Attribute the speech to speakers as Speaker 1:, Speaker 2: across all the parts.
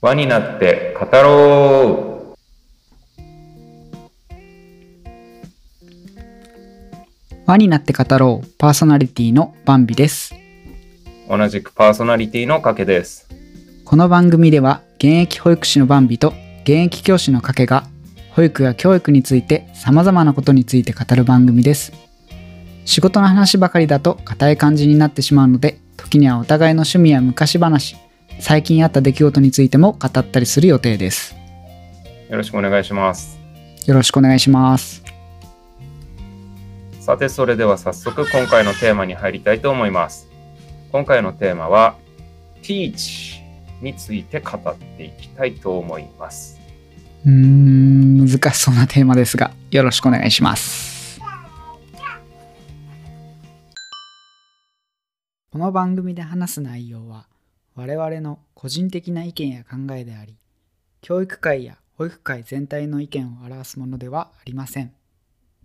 Speaker 1: 輪になって語ろ
Speaker 2: 輪になって語ろうパーソナリティのバンビです
Speaker 1: う同じくパーソナリティの賭けです。
Speaker 2: この番組では現役保育士のバンビと現役教師のかけが保育や教育について様々なことについて語る番組です仕事の話ばかりだと硬い感じになってしまうので時にはお互いの趣味や昔話最近あった出来事についても語ったりする予定です
Speaker 1: よろしくお願いします。
Speaker 2: よろしくお願いします
Speaker 1: さて、それでは早速今回のテーマに入りたいと思います。今回のテーマは、teach について語っていきたいと思います。
Speaker 2: うーん難しそうなテーマですがよろしくお願いしますこの番組で話す内容は我々の個人的な意見や考えであり教育界や保育界全体の意見を表すものではありません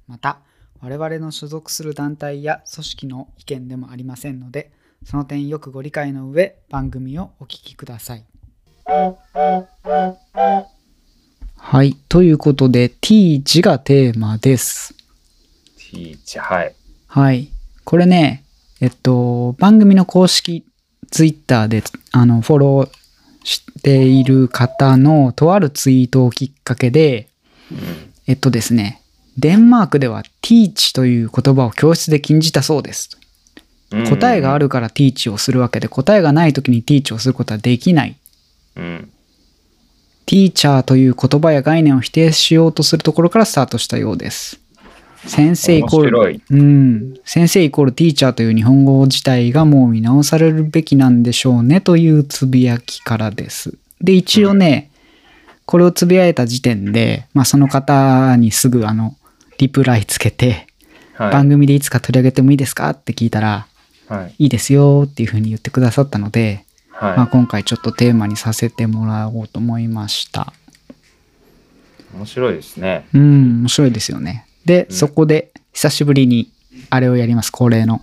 Speaker 2: また我々の所属する団体や組織の意見でもありませんのでその点よくご理解の上番組をお聞きくださいはい。ということで、teach がテーマです。
Speaker 1: teach、はい。
Speaker 2: はい。これね、えっと、番組の公式 Twitter で、あの、フォローしている方のとあるツイートをきっかけで、
Speaker 1: うん
Speaker 2: えっとですね、デンマークでは teach という言葉を教室で禁じたそうです。答えがあ。るから teach をするわけで、答えがない時に teach をすることはできない。
Speaker 1: うん。
Speaker 2: ティーチャーという言葉や概念を否定しようとするところからスタートしたようです。先生イコー
Speaker 1: 面白い
Speaker 2: ル、うん、先生イコールティーチャーという日本語自体がもう見直されるべきなんでしょうねというつぶやきからです。で、一応ね、これをつぶやいた時点で、まあその方にすぐあの、リプライつけて、
Speaker 1: は
Speaker 2: 番組でいつか取り上げてもいいですかって聞いたら、
Speaker 1: い。はい。
Speaker 2: いいですよっていうふうに言ってくださったので、まあ
Speaker 1: は
Speaker 2: 今回ちょっとテーマにさせてもらおうと思いました。
Speaker 1: い。面白いですね。
Speaker 2: うん、面白いですよね。で、
Speaker 1: うん
Speaker 2: そこで久しぶりにあれをやります、恒例の。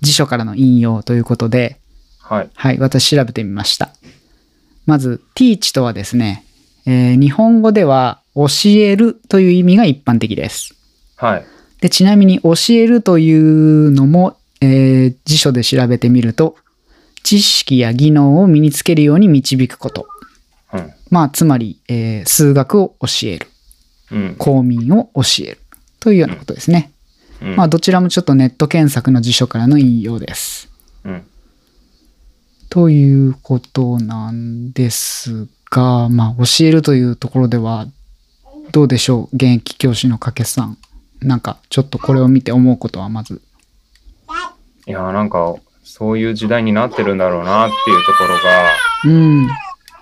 Speaker 2: 辞書からの引用ということで、
Speaker 1: はい。
Speaker 2: はい、私調べてみました。まず、teach とはですね、えー日本語では教えるという意味が一般的です。
Speaker 1: はい。
Speaker 2: で、ちなみに教えるというのも、えー辞書で調べてみると、知識や技能を身につけるように導くこと。
Speaker 1: うん。
Speaker 2: まあ、つまり、えー数学を教える。
Speaker 1: うん。
Speaker 2: 公民を教えるというようなことですね。
Speaker 1: うん
Speaker 2: まあどちらもちょっとネット検索の辞書からの引用です。
Speaker 1: うん。
Speaker 2: ということなんですが、まあ教えるというところではどうでしょう現役教師の掛けさん。なんかちょっとこれを見て思うことはまず。
Speaker 1: いやーなんかそういう時代になってるんだろうなっていうところが
Speaker 2: うん。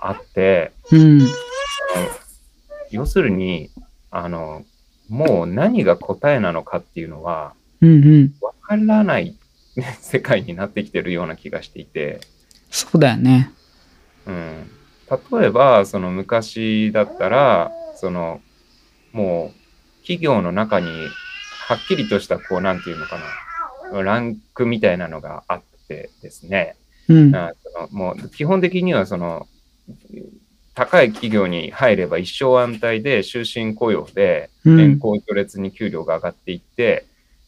Speaker 1: あって
Speaker 2: うん。
Speaker 1: 要するにあのもう何が答えなのかっていうのは
Speaker 2: うんうん。
Speaker 1: わからない 世界になってきてるような気がしていて、
Speaker 2: そうだよね。
Speaker 1: うん、例えばその昔だったらそのもう企業の中にはっきりとしたこうなんていうのかなランクみたいなのがあってですね、
Speaker 2: うん。
Speaker 1: あそのもう基本的にはその高い企業に入れば一生安泰で終身雇用で
Speaker 2: う
Speaker 1: 年
Speaker 2: ん。
Speaker 1: 功序列に給料が上がっていって、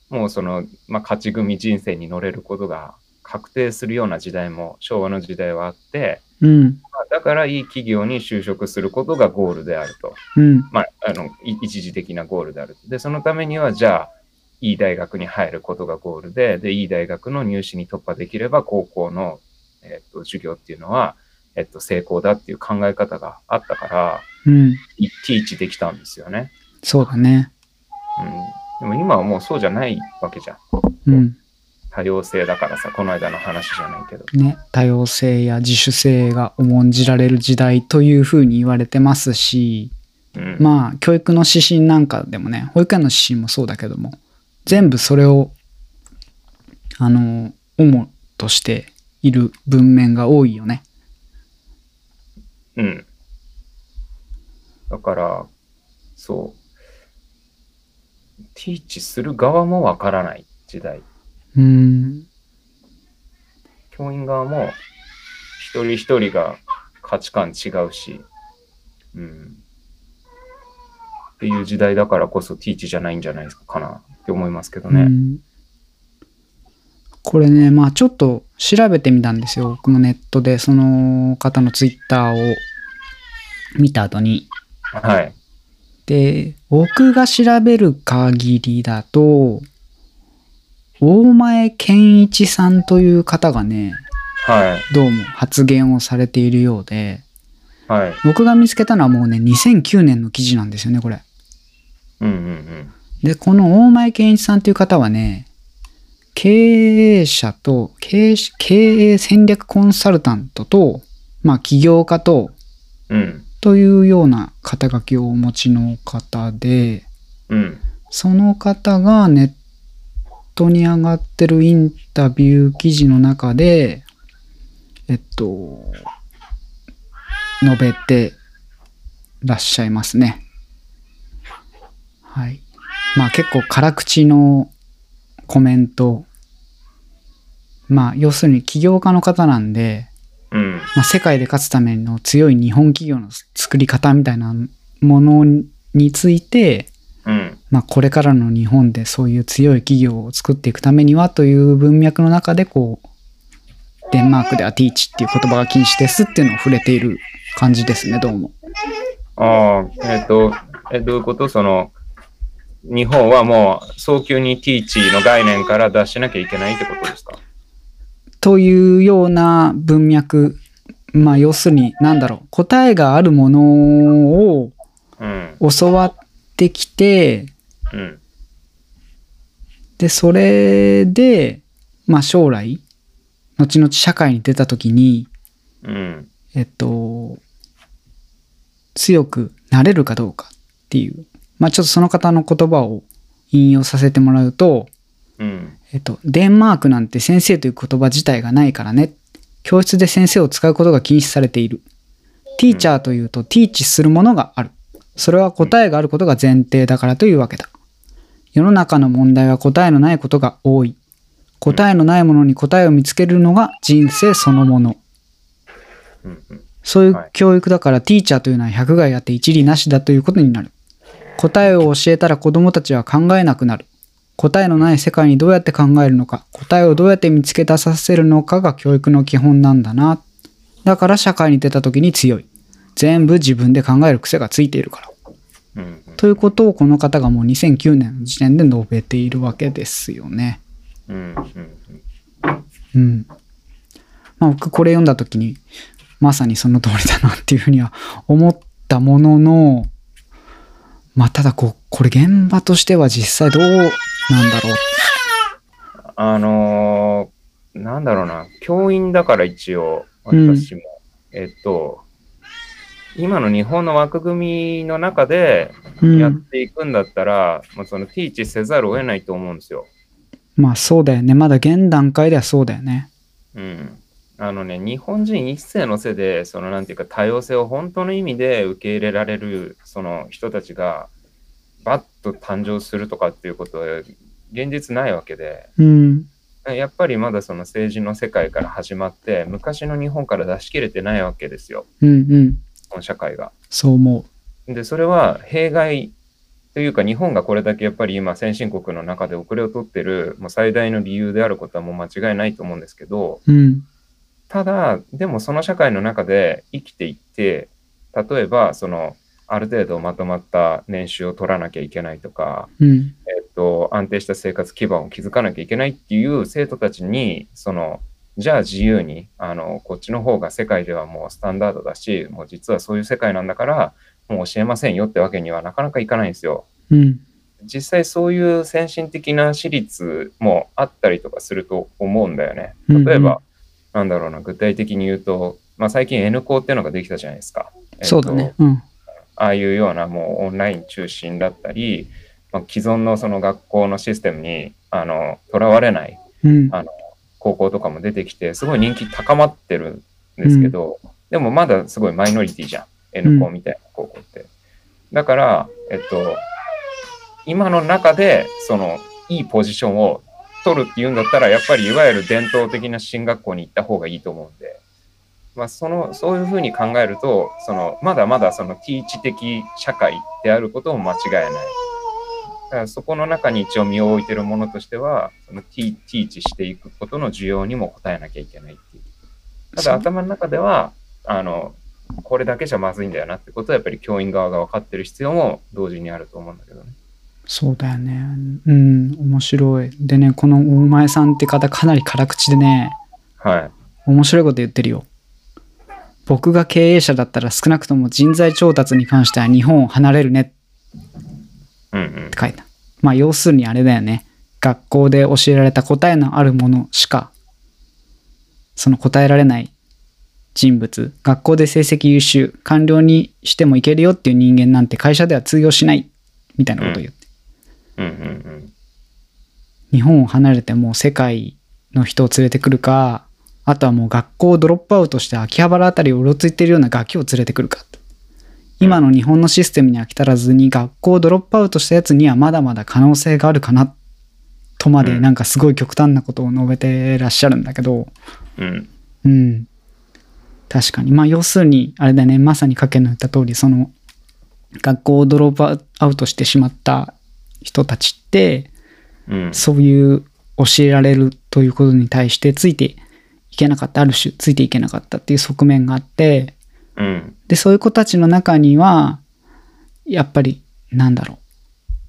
Speaker 1: もうその、まあ、勝ち組人生に乗れることが確定するような時代も昭和の時代はあって、
Speaker 2: うん。
Speaker 1: まあだからいい企業に就職することがゴールであると。
Speaker 2: うん。
Speaker 1: まあ、あのい一時的なゴールである。で、そのためには、じゃあ、いい大学に入ることがゴールで、で、いい大学の入試に突破できれば、高校の、えっと、授業っていうのは、えっと、成功だっていう考え方があったから、
Speaker 2: うん。
Speaker 1: いティーチできたんですよね。
Speaker 2: そうだね。
Speaker 1: うん。でも今はもうそうじゃないわけじゃん。
Speaker 2: うん。
Speaker 1: 多様性だからさ、この間の話じゃないけど。
Speaker 2: ね、多様性や自主性が重んじられる時代というふうに言われてますし、
Speaker 1: うん。
Speaker 2: まあ教育の指針なんかでもね保育園の指針もそうだけども全部それをあの主としている文面が多いよね。
Speaker 1: うん。だから、そう。ティーチする側もわからない時代。
Speaker 2: うん
Speaker 1: 教員側も一人一人が価値観違うし、うん。っていう時代だからこそ、ティーチじゃないんじゃないですかなって思いますけどね。
Speaker 2: うんこれねまあちょっと調べてみたんですよ僕もネットでその方のツイッターを見た後に
Speaker 1: はい。
Speaker 2: で僕が調べる限りだと大前健一さんという方がね
Speaker 1: はい。
Speaker 2: どうも発言をされているようで
Speaker 1: はい。
Speaker 2: 僕が見つけたのはもうね2009年の記事なんですよねこれ。
Speaker 1: うんうんうん。
Speaker 2: で、この大前健一さんという方はね、経営者と、経営し経営戦略コンサルタントと、まあ起業家と、
Speaker 1: うん。
Speaker 2: というような肩書きをお持ちの方で、
Speaker 1: うん。
Speaker 2: その方がネットに上がってるインタビュー記事の中で、えっと、述べてらっしゃいますね。はい。まあ結構辛口のコメント。まあ要するに起業家の方なんで、
Speaker 1: うん。
Speaker 2: まあ、世界で勝つための強い日本企業の作り方みたいなものについて、
Speaker 1: うん。
Speaker 2: まあ、これからの日本でそういう強い企業を作っていくためにはという文脈の中でこうデンマークではティーチっていう言葉が禁止ですっていうのを触れている感じですねどうも。
Speaker 1: ああ、えっ、と、え、どういうことその、日本はもう早急にティーチの概念から脱しなきゃいけないってことですか
Speaker 2: というような文脈まあ要するに何だろう答えがあるものを
Speaker 1: うん。
Speaker 2: 教わってきて
Speaker 1: うん。
Speaker 2: でそれでまあ将来後々社会に出た時に
Speaker 1: うん。
Speaker 2: えっと、強くなれるかどうかっていう。まあちょっとその方の言葉を引用させてもらうと、
Speaker 1: うん。
Speaker 2: えっと、デンマークなんて先生という言葉自体がないからね。教室で先生を使うことが禁止されている。ティーチャーというとティーチするものがある。それは答えがあることが前提だからというわけだ。世の中の問題は答えのないことが多い。答えのないものに答えを見つけるのが人生そのもの。
Speaker 1: うん。うん
Speaker 2: そうい
Speaker 1: は
Speaker 2: う
Speaker 1: い
Speaker 2: 教育だから、ティーチャーというのは百害あって一理なしだということになる。答えを教えたら子供たちは考えなくなる。答えのない世界にどうやって考えるのか、答えをどうやって見つけ出させるのかが教育の基本なんだな。だから社会に出た時に強い。全部自分で考える癖がついているから。
Speaker 1: うん。
Speaker 2: ということをこの方がもう2009年の時点で述べているわけですよね。
Speaker 1: うん。うん。
Speaker 2: うん。まあ僕これ読んだ時にまさにその通りだなっていうふうには思ったもののまあただこうこれ現場としては実際どうなんだろう。
Speaker 1: あのーなんだろうな、教員だから一応、
Speaker 2: うん
Speaker 1: 私も、えっと、今の日本の枠組みの中で
Speaker 2: う
Speaker 1: やっ
Speaker 2: ん、
Speaker 1: ていくんだったら、まあ、そのティーチせざるを得ないと思うんですよ。
Speaker 2: まあそうだよねまだ現段階ではそうだよね。
Speaker 1: うん、あのね、日本人一世のせいで、そのなんていうか多様性を本当の意味で受け入れられるその人たちがバッと誕生するとかっていうことは現実ないわけで、
Speaker 2: うん
Speaker 1: やっぱりまだその政治の世界から始まって、昔の日本から出し切れてないわけですよ、
Speaker 2: うんうん
Speaker 1: この社会が。
Speaker 2: そう思
Speaker 1: で、それは弊害というか、日本がこれだけやっぱり今、先進国の中で遅れを取ってる、もう最大の理由であることはもう間違いないと思うんですけど、
Speaker 2: う。うん
Speaker 1: ただ、でもその社会の中で生きていって、例えば、その、ある程度まとまった年収を取らなきゃいけないとか、
Speaker 2: うん
Speaker 1: えっと、安定した生活基盤を築かなきゃいけないっていう生徒たちに、その、じゃあ自由に、あの、こっちの方が世界ではもうスタンダードだし、もう実はそういう世界なんだから、もう教えませんよってわけにはなかなかいかないんですよ。
Speaker 2: うん
Speaker 1: 実際そういう先進的な私立もあったりとかすると思うんだよね。
Speaker 2: うんうん
Speaker 1: 例えば、なんだろうな、具体的に言うと、まあ、最近 N 校っていうのができたじゃないですか。えっと
Speaker 2: そうだね。。うん
Speaker 1: ああいうようなもうオンライン中心だったり、まあ、既存のその学校のシステムにあのとらわれない
Speaker 2: うん
Speaker 1: あ高校とかも出てきて、すごい人気高まってるんですけど、でもまだすごいマイノリティじゃん。N 校みたいな高校って。だから、えっと、今の中で、その、いいポジションを取るっていうんだったら、やっぱりいわゆる伝統的な進学校に行った方がいいと思うんで、まあ、そのそういうふうに考えるとそのまだまだそのティーチ的社会であることも間違いない。だからそこの中に一応身を置いてるものとしてはそのティティーチしていくことの需要にも応えなきゃいけないっていう。た
Speaker 2: そう
Speaker 1: だ頭の中ではあのこれだけじゃまずいんだよなってことはやっぱり教員側が分かってる必要も同時にあると思うんだけどね。
Speaker 2: そうだよね。うん、面白い。でね、このお前さんって方かなり辛口でね、
Speaker 1: はい。
Speaker 2: 面白いこと言ってるよ。僕が経営者だったら少なくとも人材調達に関しては日本を離れるね
Speaker 1: うんうん
Speaker 2: って。書いた。まあ要するにあれだよね。学校で教えられた答えのあるものしか、その答えられない人物、学校で成績優秀、官僚にしてもいけるよっていう人間なんて会社では通用しない、みたいなことを言って。
Speaker 1: うんうんうん。
Speaker 2: 日本を離れてもう世界の人を連れてくるか、あとはもう学校をドロップアウトして秋葉原あたりをうろついてるようなガキを連れてくるか。今の日本のシステムに飽き足らずに学校をドロップアウトしたやつにはまだまだ可能性があるかなとまで
Speaker 1: うん
Speaker 2: なんかすごい極端なことを述べてらっしゃるんだけど、
Speaker 1: うん。
Speaker 2: うん。確かに。まあ要するに、あれだね、まさに賭けの言った通り、その学校をドロップアウトしてしまった人たちって、
Speaker 1: うん。
Speaker 2: そういう教えられるということに対してついていけなかった、ある種ついていけなかったっていう側面があって、
Speaker 1: うん。
Speaker 2: で、そういう子たちの中には、やっぱり、なんだろ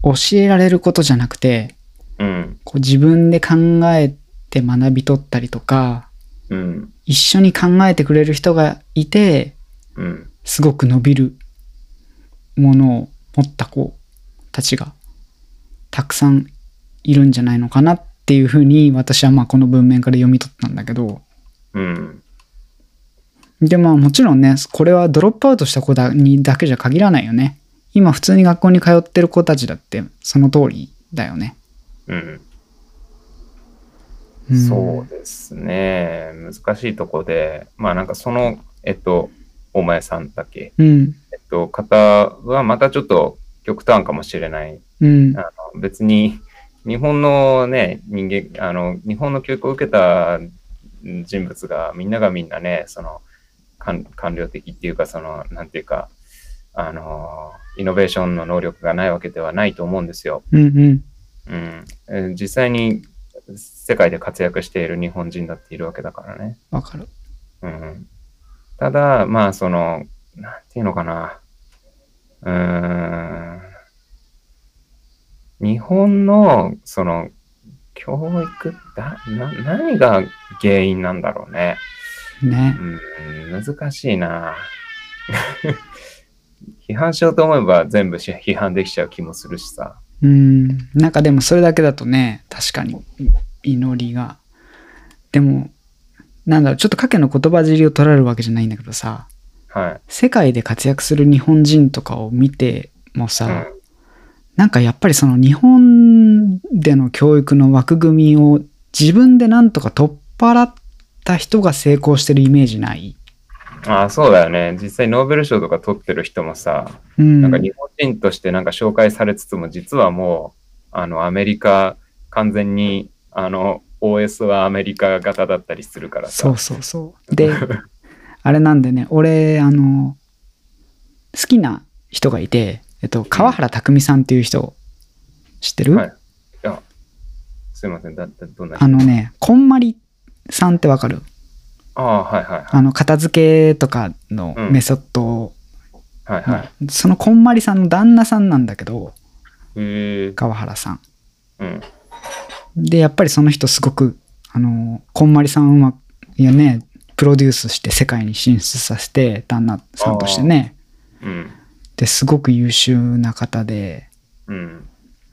Speaker 2: う、教えられることじゃなくて、
Speaker 1: うん。
Speaker 2: こう自分で考えて学び取ったりとか、
Speaker 1: うん。
Speaker 2: 一緒に考えてくれる人がいて、
Speaker 1: うん。
Speaker 2: すごく伸びるものを持った子たちがたくさんいるんじゃないのかなっていうふうに私はまあこの文面から読み取ったんだけど
Speaker 1: うん。
Speaker 2: でまあもちろんねこれはドロップアウトした子だにだけじゃ限らないよね今普通に学校に通ってる子たちだってその通りだよね、
Speaker 1: うん。
Speaker 2: うん
Speaker 1: そうですね。難しいとこで、まあなんかその、えっと、お前さんだっけ、
Speaker 2: うん
Speaker 1: えっと、方はまたちょっと極端かもしれない。
Speaker 2: うん
Speaker 1: あの別に、日本のね、人間、あの、日本の教育を受けた人物が、みんながみんなね、その、官官僚的っていうか、その、なんていうか、あの、イノベーションの能力がないわけではないと思うんですよ。
Speaker 2: うんうん
Speaker 1: うん、えー実際に世界で活躍している日本人だっているわけだからね。
Speaker 2: わかる
Speaker 1: うん、ただ、まあ、その、なんていうのかな。うーん。日本の、その、教育だな、何が原因なんだろうね。
Speaker 2: ね
Speaker 1: うん、難しいな。 批判しようと思えば全部し批判できちゃう気もするしさ。
Speaker 2: うん、なんかでもそれだけだとね、確かにい祈りが。でも、なんだろう、ちょっと賭けの言葉尻を取られるわけじゃないんだけどさ、
Speaker 1: はい。
Speaker 2: 世界で活躍する日本人とかを見てもさ、
Speaker 1: うん
Speaker 2: なんかやっぱりその日本での教育の枠組みを自分でなんとか取っ払った人が成功してるイメージない。
Speaker 1: ああ、そうだよね。実際ノーベル賞とか取ってる人もさ、
Speaker 2: うん、
Speaker 1: なんか日本人としてなんか紹介されつつも、実はもう、あの、アメリカ、完全に、あの、OS はアメリカ型だったりするからさ。
Speaker 2: そうそうそ う。で、あれなんでね、俺、あの、好きな人がいて、えっと、川原拓海さんっていう人、知ってる、
Speaker 1: はいいやすいません。だってどんな人
Speaker 2: あのね、こんまりさんってわかる
Speaker 1: ああ、はいはい
Speaker 2: あの、片付けとかの
Speaker 1: うん
Speaker 2: メソッド、
Speaker 1: はい。はいはい。
Speaker 2: そのこんまりさんの旦那さんなんだけど、
Speaker 1: へえ。
Speaker 2: 川原さん。
Speaker 1: うん。
Speaker 2: で、やっぱりその人すごく、あの、こんまりさんをうまく、いやね、プロデュースして世界に進出させて、旦那さんとしてね。
Speaker 1: うん。
Speaker 2: ですごく優秀な方で、
Speaker 1: うん。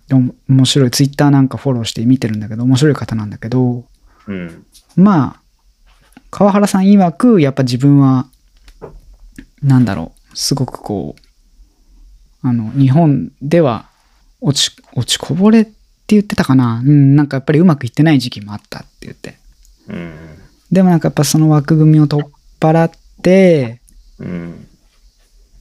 Speaker 2: でも面白いツイッターなんかフォローして見てるんだけど面白い方なんだけど
Speaker 1: うん。
Speaker 2: まあ川原さん曰くやっぱ自分はなんだろうすごくこうあの日本では落ち落ちこぼれって言ってたかなうんなんかやっぱりうまくいってない時期もあったって言って
Speaker 1: うん。
Speaker 2: でもなんかやっぱその枠組みを取っ払って
Speaker 1: うん。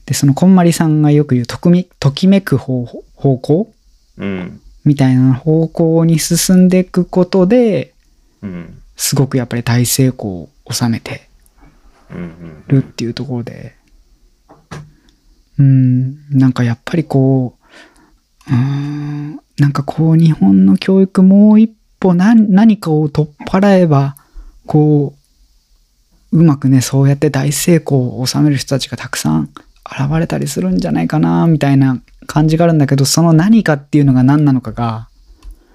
Speaker 2: でそのこんまりさんがよく言うとくみときめく方方向
Speaker 1: うん。
Speaker 2: みたいな方向に進んでいくことで
Speaker 1: うん。
Speaker 2: すごくやっぱり大成功を収めて
Speaker 1: うんうん
Speaker 2: るっていうところで、うん、なんかやっぱりこう、うーん、なんかこう日本の教育もう一歩何何かを取っ払えば、こう、うまくね、そうやって大成功を収める人たちがたくさん現れたりするんじゃないかな、みたいな感じがあるんだけど、その何かっていうのが何なのかが、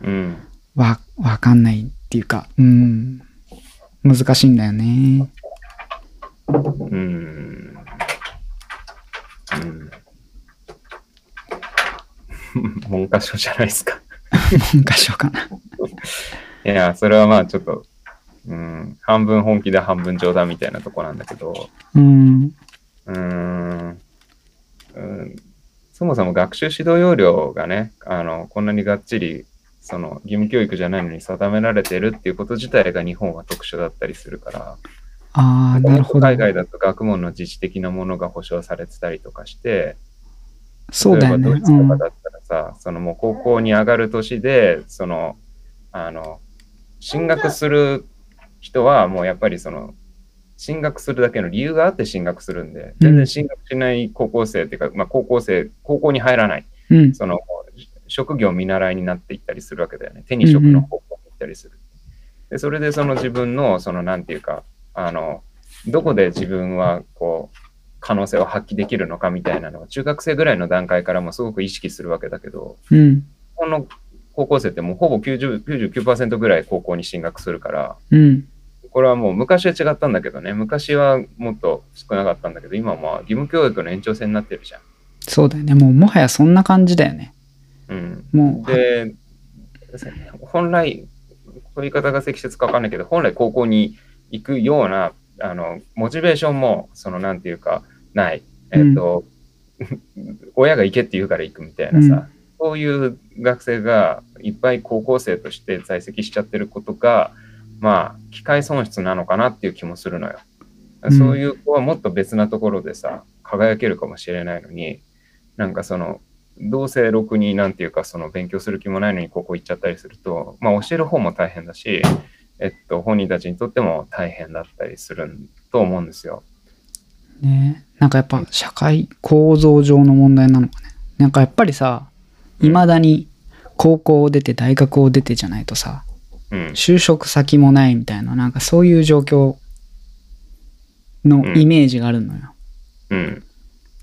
Speaker 1: うん。
Speaker 2: わ、わかんないっていうか、うん、難しいんだよね。
Speaker 1: うん。うん。文科省じゃないですか。
Speaker 2: 文科省かな。
Speaker 1: いや、それはまあちょっと、うん、半分本気で半分冗談みたいなとこなんだけど、
Speaker 2: うん。
Speaker 1: うーん、うん、そもそも学習指導要領がね、あの、こんなにがっちり、その義務教育じゃないのに定められてるっていうこと自体が日本は特殊だったりするから、
Speaker 2: ああ、なるほど。
Speaker 1: 海外だと学問の自治的なものが保障されてたりとかして、
Speaker 2: そうだよね。
Speaker 1: 例えばドイ
Speaker 2: う
Speaker 1: ツと
Speaker 2: ん
Speaker 1: かだったらさ、そのもう高校に上がる年で、その、あの、進学する人はもうやっぱりその、進学するだけの理由があって進学するんで、全然進学しない高校生っていうか、まあ高校生、高校に入らない、
Speaker 2: うん。
Speaker 1: その、職業見習いになっていったりするわけだよね。手に職の方向に行ったりする。で、それでその自分の、その、なんていうか、あの、どこで自分は、こう、可能性を発揮できるのかみたいなのを、中学生ぐらいの段階からもすごく意識するわけだけど、
Speaker 2: うん。
Speaker 1: この高校生ってもうほぼ90 99%ぐらい高校に進学するから、
Speaker 2: うん。
Speaker 1: これはもう昔は違ったんだけどね、昔はもっと少なかったんだけど、今はまあ義務教育の延長線になってるじゃん。
Speaker 2: そうだよね。もうもはやそんな感じだよね。
Speaker 1: うん。
Speaker 2: もう、は
Speaker 1: で、本来、こういう言い方が適切かわかんないけど、本来高校に行くような、あの、モチベーションも、その、なんていうか、ない。えっ、と、親が行けって言うから行くみたいなさ、そういう学生がいっぱい高校生として在籍しちゃってることが、まあ、機会損失なのかなっていう気もするのよ。
Speaker 2: ん
Speaker 1: そういう子はもっと別なところでさ、輝けるかもしれないのに、なんかその、どうせろくになんていうか、その勉強する気もないのにここ行っちゃったりすると、まあ教える方も大変だし、えっと、本人たちにとっても大変だったりするんと思うんですよ。
Speaker 2: ね。なんかやっぱ社会構造上の問題なのかね。なんかやっぱりさ、いまだに高校を出て大学を出てじゃないとさ、
Speaker 1: うん。
Speaker 2: 就職先もないみたいな、なんかそういう状況のイメージがあるのよ。
Speaker 1: うん。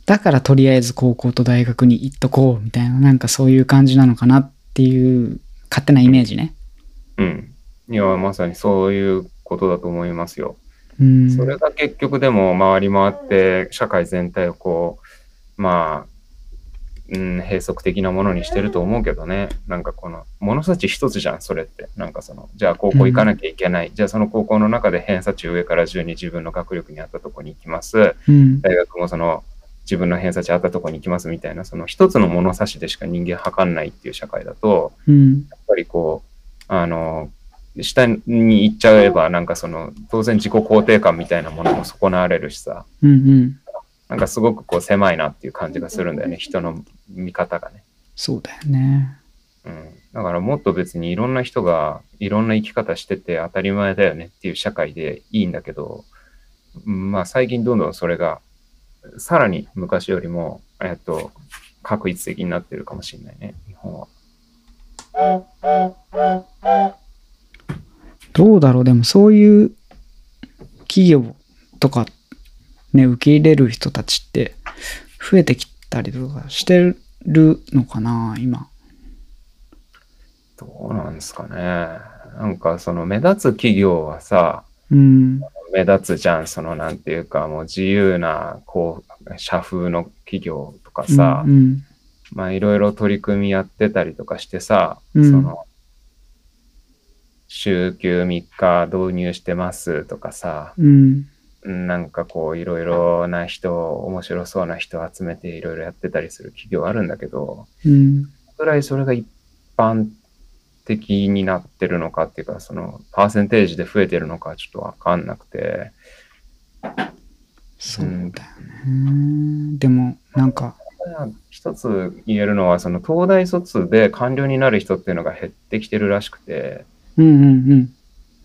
Speaker 2: だからとりあえず高校と大学に行っとこうみたいな、なんかそういう感じなのかなっていう勝手なイメージね。
Speaker 1: うん。いや、まさにそういうことだと思いますよ。
Speaker 2: うん。
Speaker 1: それが結局でも回り回って社会全体をこうまあ、うん、閉塞的なものにしてると思うけどねなんかこの物差し一つじゃんそれってなんかそのじゃあ高校行かなきゃいけない、じゃあその高校の中で偏差値上から順に自分の学力に合ったとこに行きます
Speaker 2: うん。
Speaker 1: 大学もその自分の偏差値合ったとこに行きますみたいなその一つの物差しでしか人間測んないっていう社会だと、
Speaker 2: うん。
Speaker 1: やっぱりこう、あの、下に行っちゃえば、なんかその、当然自己肯定感みたいなものも損なわれるしさ、
Speaker 2: うん。うん。
Speaker 1: なんかすごくこう狭いなっていう感じがするんだよね、人の見方がね。
Speaker 2: そうだよね。
Speaker 1: うん。だからもっと別にいろんな人がいろんな生き方してて当たり前だよねっていう社会でいいんだけど、うんまあ最近どんどんそれが、さらに昔よりも、えっと、確一的になってるかもしれないね、日本は。
Speaker 2: どうだろうでもそういう企業とかね、受け入れる人たちって増えてきたりとかしてるのかな今。
Speaker 1: どうなんですかね。なんかその目立つ企業はさ、
Speaker 2: うん。
Speaker 1: 目立つじゃん、そのなんていうか、もう自由な、こう、社風の企業とかさ、
Speaker 2: うん。
Speaker 1: まあいろいろ取り組みやってたりとかしてさ、
Speaker 2: うん
Speaker 1: その、週休3日導入してますとかさ、
Speaker 2: うん。
Speaker 1: なんかこういろいろな人、面白そうな人集めていろいろやってたりする企業あるんだけど、
Speaker 2: うん。
Speaker 1: ぐらいそれが一般的になってるのかっていうか、そのパーセンテージで増えてるのかちょっとわかんなくて、
Speaker 2: そうだよね。でも、なんか、
Speaker 1: 一つ言えるのは、その東大卒で官僚になる人っていうのが減ってきてるらしくて、
Speaker 2: うんうんうん。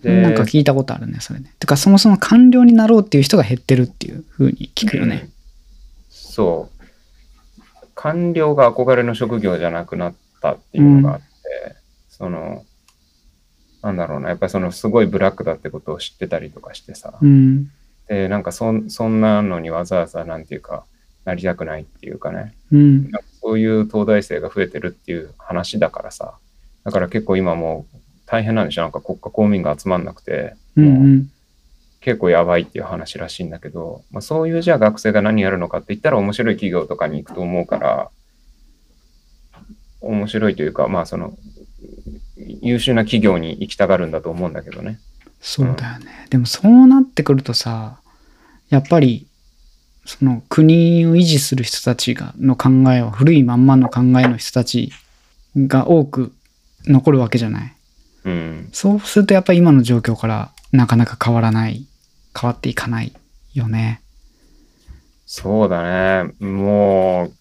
Speaker 1: で
Speaker 2: なんか聞いたことあるねそれねてかそもそも官僚になろうっていう人が減ってるっていうふうに聞くよ
Speaker 1: う
Speaker 2: ね
Speaker 1: んそう。官僚が憧れの職業じゃなくなったっていうのがあって、その、なんだろうな、やっぱりそのすごいブラックだってことを知ってたりとかしてさ、
Speaker 2: うん
Speaker 1: で、なんかそんそんなのにわざわざなんていうか、なりたくないっていうかね、
Speaker 2: うん
Speaker 1: なんかそういう東大生が増えてるっていう話だからさ、だから結構今もう大変なんでしょ、なんか国家公務員が集まんなくて、
Speaker 2: うんうん
Speaker 1: 結構やばいっていう話らしいんだけど、まあ、そういうじゃあ学生が何やるのかって言ったら面白い企業とかに行くと思うから面白いというかまあその優秀な企業に行きたがるんだと思うんだけどね。
Speaker 2: そうだよねでもそうなってくるとさやっぱりその国を維持する人たちがの考えは古いまんまの考えの人たちが多く残るわけじゃない
Speaker 1: うん、
Speaker 2: そうするとやっぱり今の状況からなかなか変わらない変わっていかないよね
Speaker 1: そうだねもう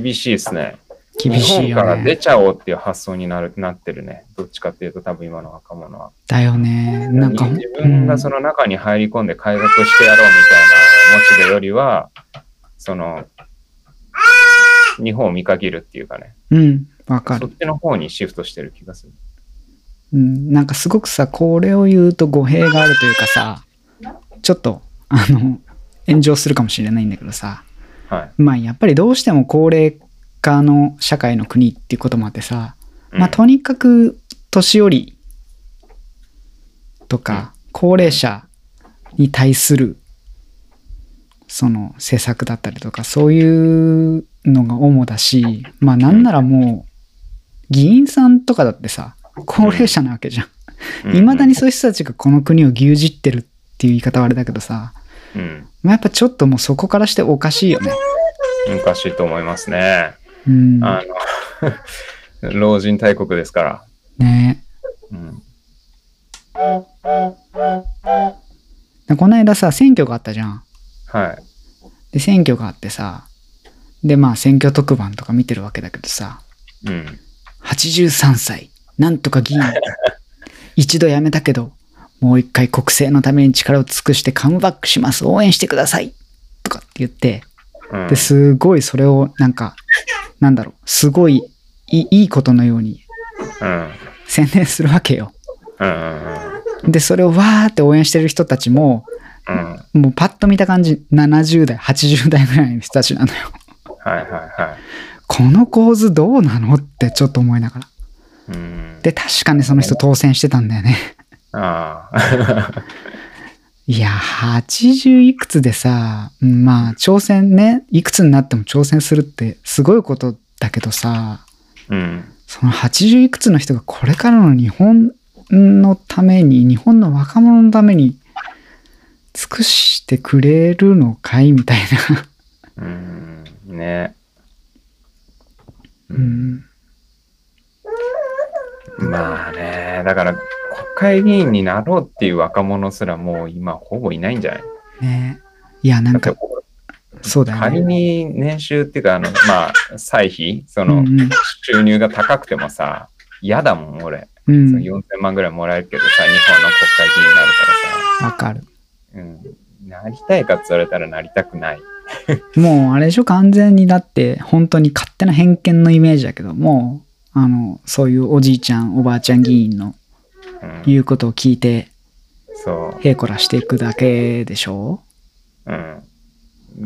Speaker 1: 厳しいですね。
Speaker 2: 厳しい
Speaker 1: 日本から
Speaker 2: よ
Speaker 1: 出
Speaker 2: ね
Speaker 1: ちゃおうっていう発想になるなってるね。どっちかっていうと多分今の若者は。
Speaker 2: だよねなんか
Speaker 1: 自分がその中に入り込んで改革してやろうみたいなモチベよりは、その、日本を見限るっていうかね、
Speaker 2: うんわか
Speaker 1: そ
Speaker 2: る
Speaker 1: っ、ちの方にシフトしてる気がする。
Speaker 2: うん、なんかすごくさこれを言うと語弊があるというかさちょっとあの炎上するかもしれないんだけどさ
Speaker 1: はい。
Speaker 2: まあやっぱりどうしても高齢化の社会の国っていうこともあってさ、
Speaker 1: うん
Speaker 2: まあとにかく年寄りとか高齢者に対するその政策だったりとかそういうのが主だしまあなんならもう議員さんとかだってさ高齢者なわけじゃん
Speaker 1: うん
Speaker 2: いまだにそういう人たちがこの国を牛耳ってるっていう言い方はあれだけどさ、
Speaker 1: うん。
Speaker 2: まあ、やっぱちょっともうそこからしておかしいよね。
Speaker 1: うん。おかしいと思いますね。
Speaker 2: うん、
Speaker 1: あ の、老人大国ですから。
Speaker 2: ね
Speaker 1: うん。
Speaker 2: でこの間さ選挙があったじゃん
Speaker 1: はい。
Speaker 2: で選挙があってさでまあ選挙特番とか見てるわけだけどさ
Speaker 1: うん。
Speaker 2: 83歳なんと か議員一度辞めたけどもう一回国政のために力を尽くしてカムバックします応援してくださいとかって言って
Speaker 1: うん
Speaker 2: ですごいそれをなんかなんだろうすごいいいいいことのように
Speaker 1: うん。
Speaker 2: 宣伝するわけよ
Speaker 1: うん。
Speaker 2: でそれをわーって応援してる人たちも
Speaker 1: うん。うん。
Speaker 2: もうパッと見た感じ70代80代ぐらいの人たちなのよ
Speaker 1: はいはいは
Speaker 2: この構図どうなのってちょっと思いながら。
Speaker 1: い。うん。
Speaker 2: で、確かにその人当選してたんだよね。
Speaker 1: ああ。
Speaker 2: いや、80いくつでさ、まあ、挑戦ね、いくつになっても挑戦するってすごいことだけどさ、
Speaker 1: うん。
Speaker 2: その80いくつの人がこれからの日本のために、日本の若者のために、尽くしてくれるのかいみたいな。
Speaker 1: うん。ね。う
Speaker 2: う。ん。
Speaker 1: まあね、だから国会議員になろうっていう若者すらもう今ほぼいないんじゃない
Speaker 2: ねいや、なん
Speaker 1: だって
Speaker 2: か、そうだよ
Speaker 1: 仮
Speaker 2: ね。
Speaker 1: に年収っていうか、あの、まあ、歳費、そうの
Speaker 2: んうん
Speaker 1: 収入が高くてもさ、嫌だもん、俺。
Speaker 2: うん
Speaker 1: その4000万ぐらいもらえるけどさ、日本の国会議員になる
Speaker 2: わか
Speaker 1: か
Speaker 2: る。
Speaker 1: らさ、うん、なりたいかって言われたらなりたくない。
Speaker 2: もうあれでしょ完全にだって本当に勝手な偏見のイメージだけどもうあのそういうおじいちゃんおばあちゃん議員の
Speaker 1: うん、
Speaker 2: 言うことを聞いて
Speaker 1: そ
Speaker 2: へいこらしていくだけでしょ
Speaker 1: う、う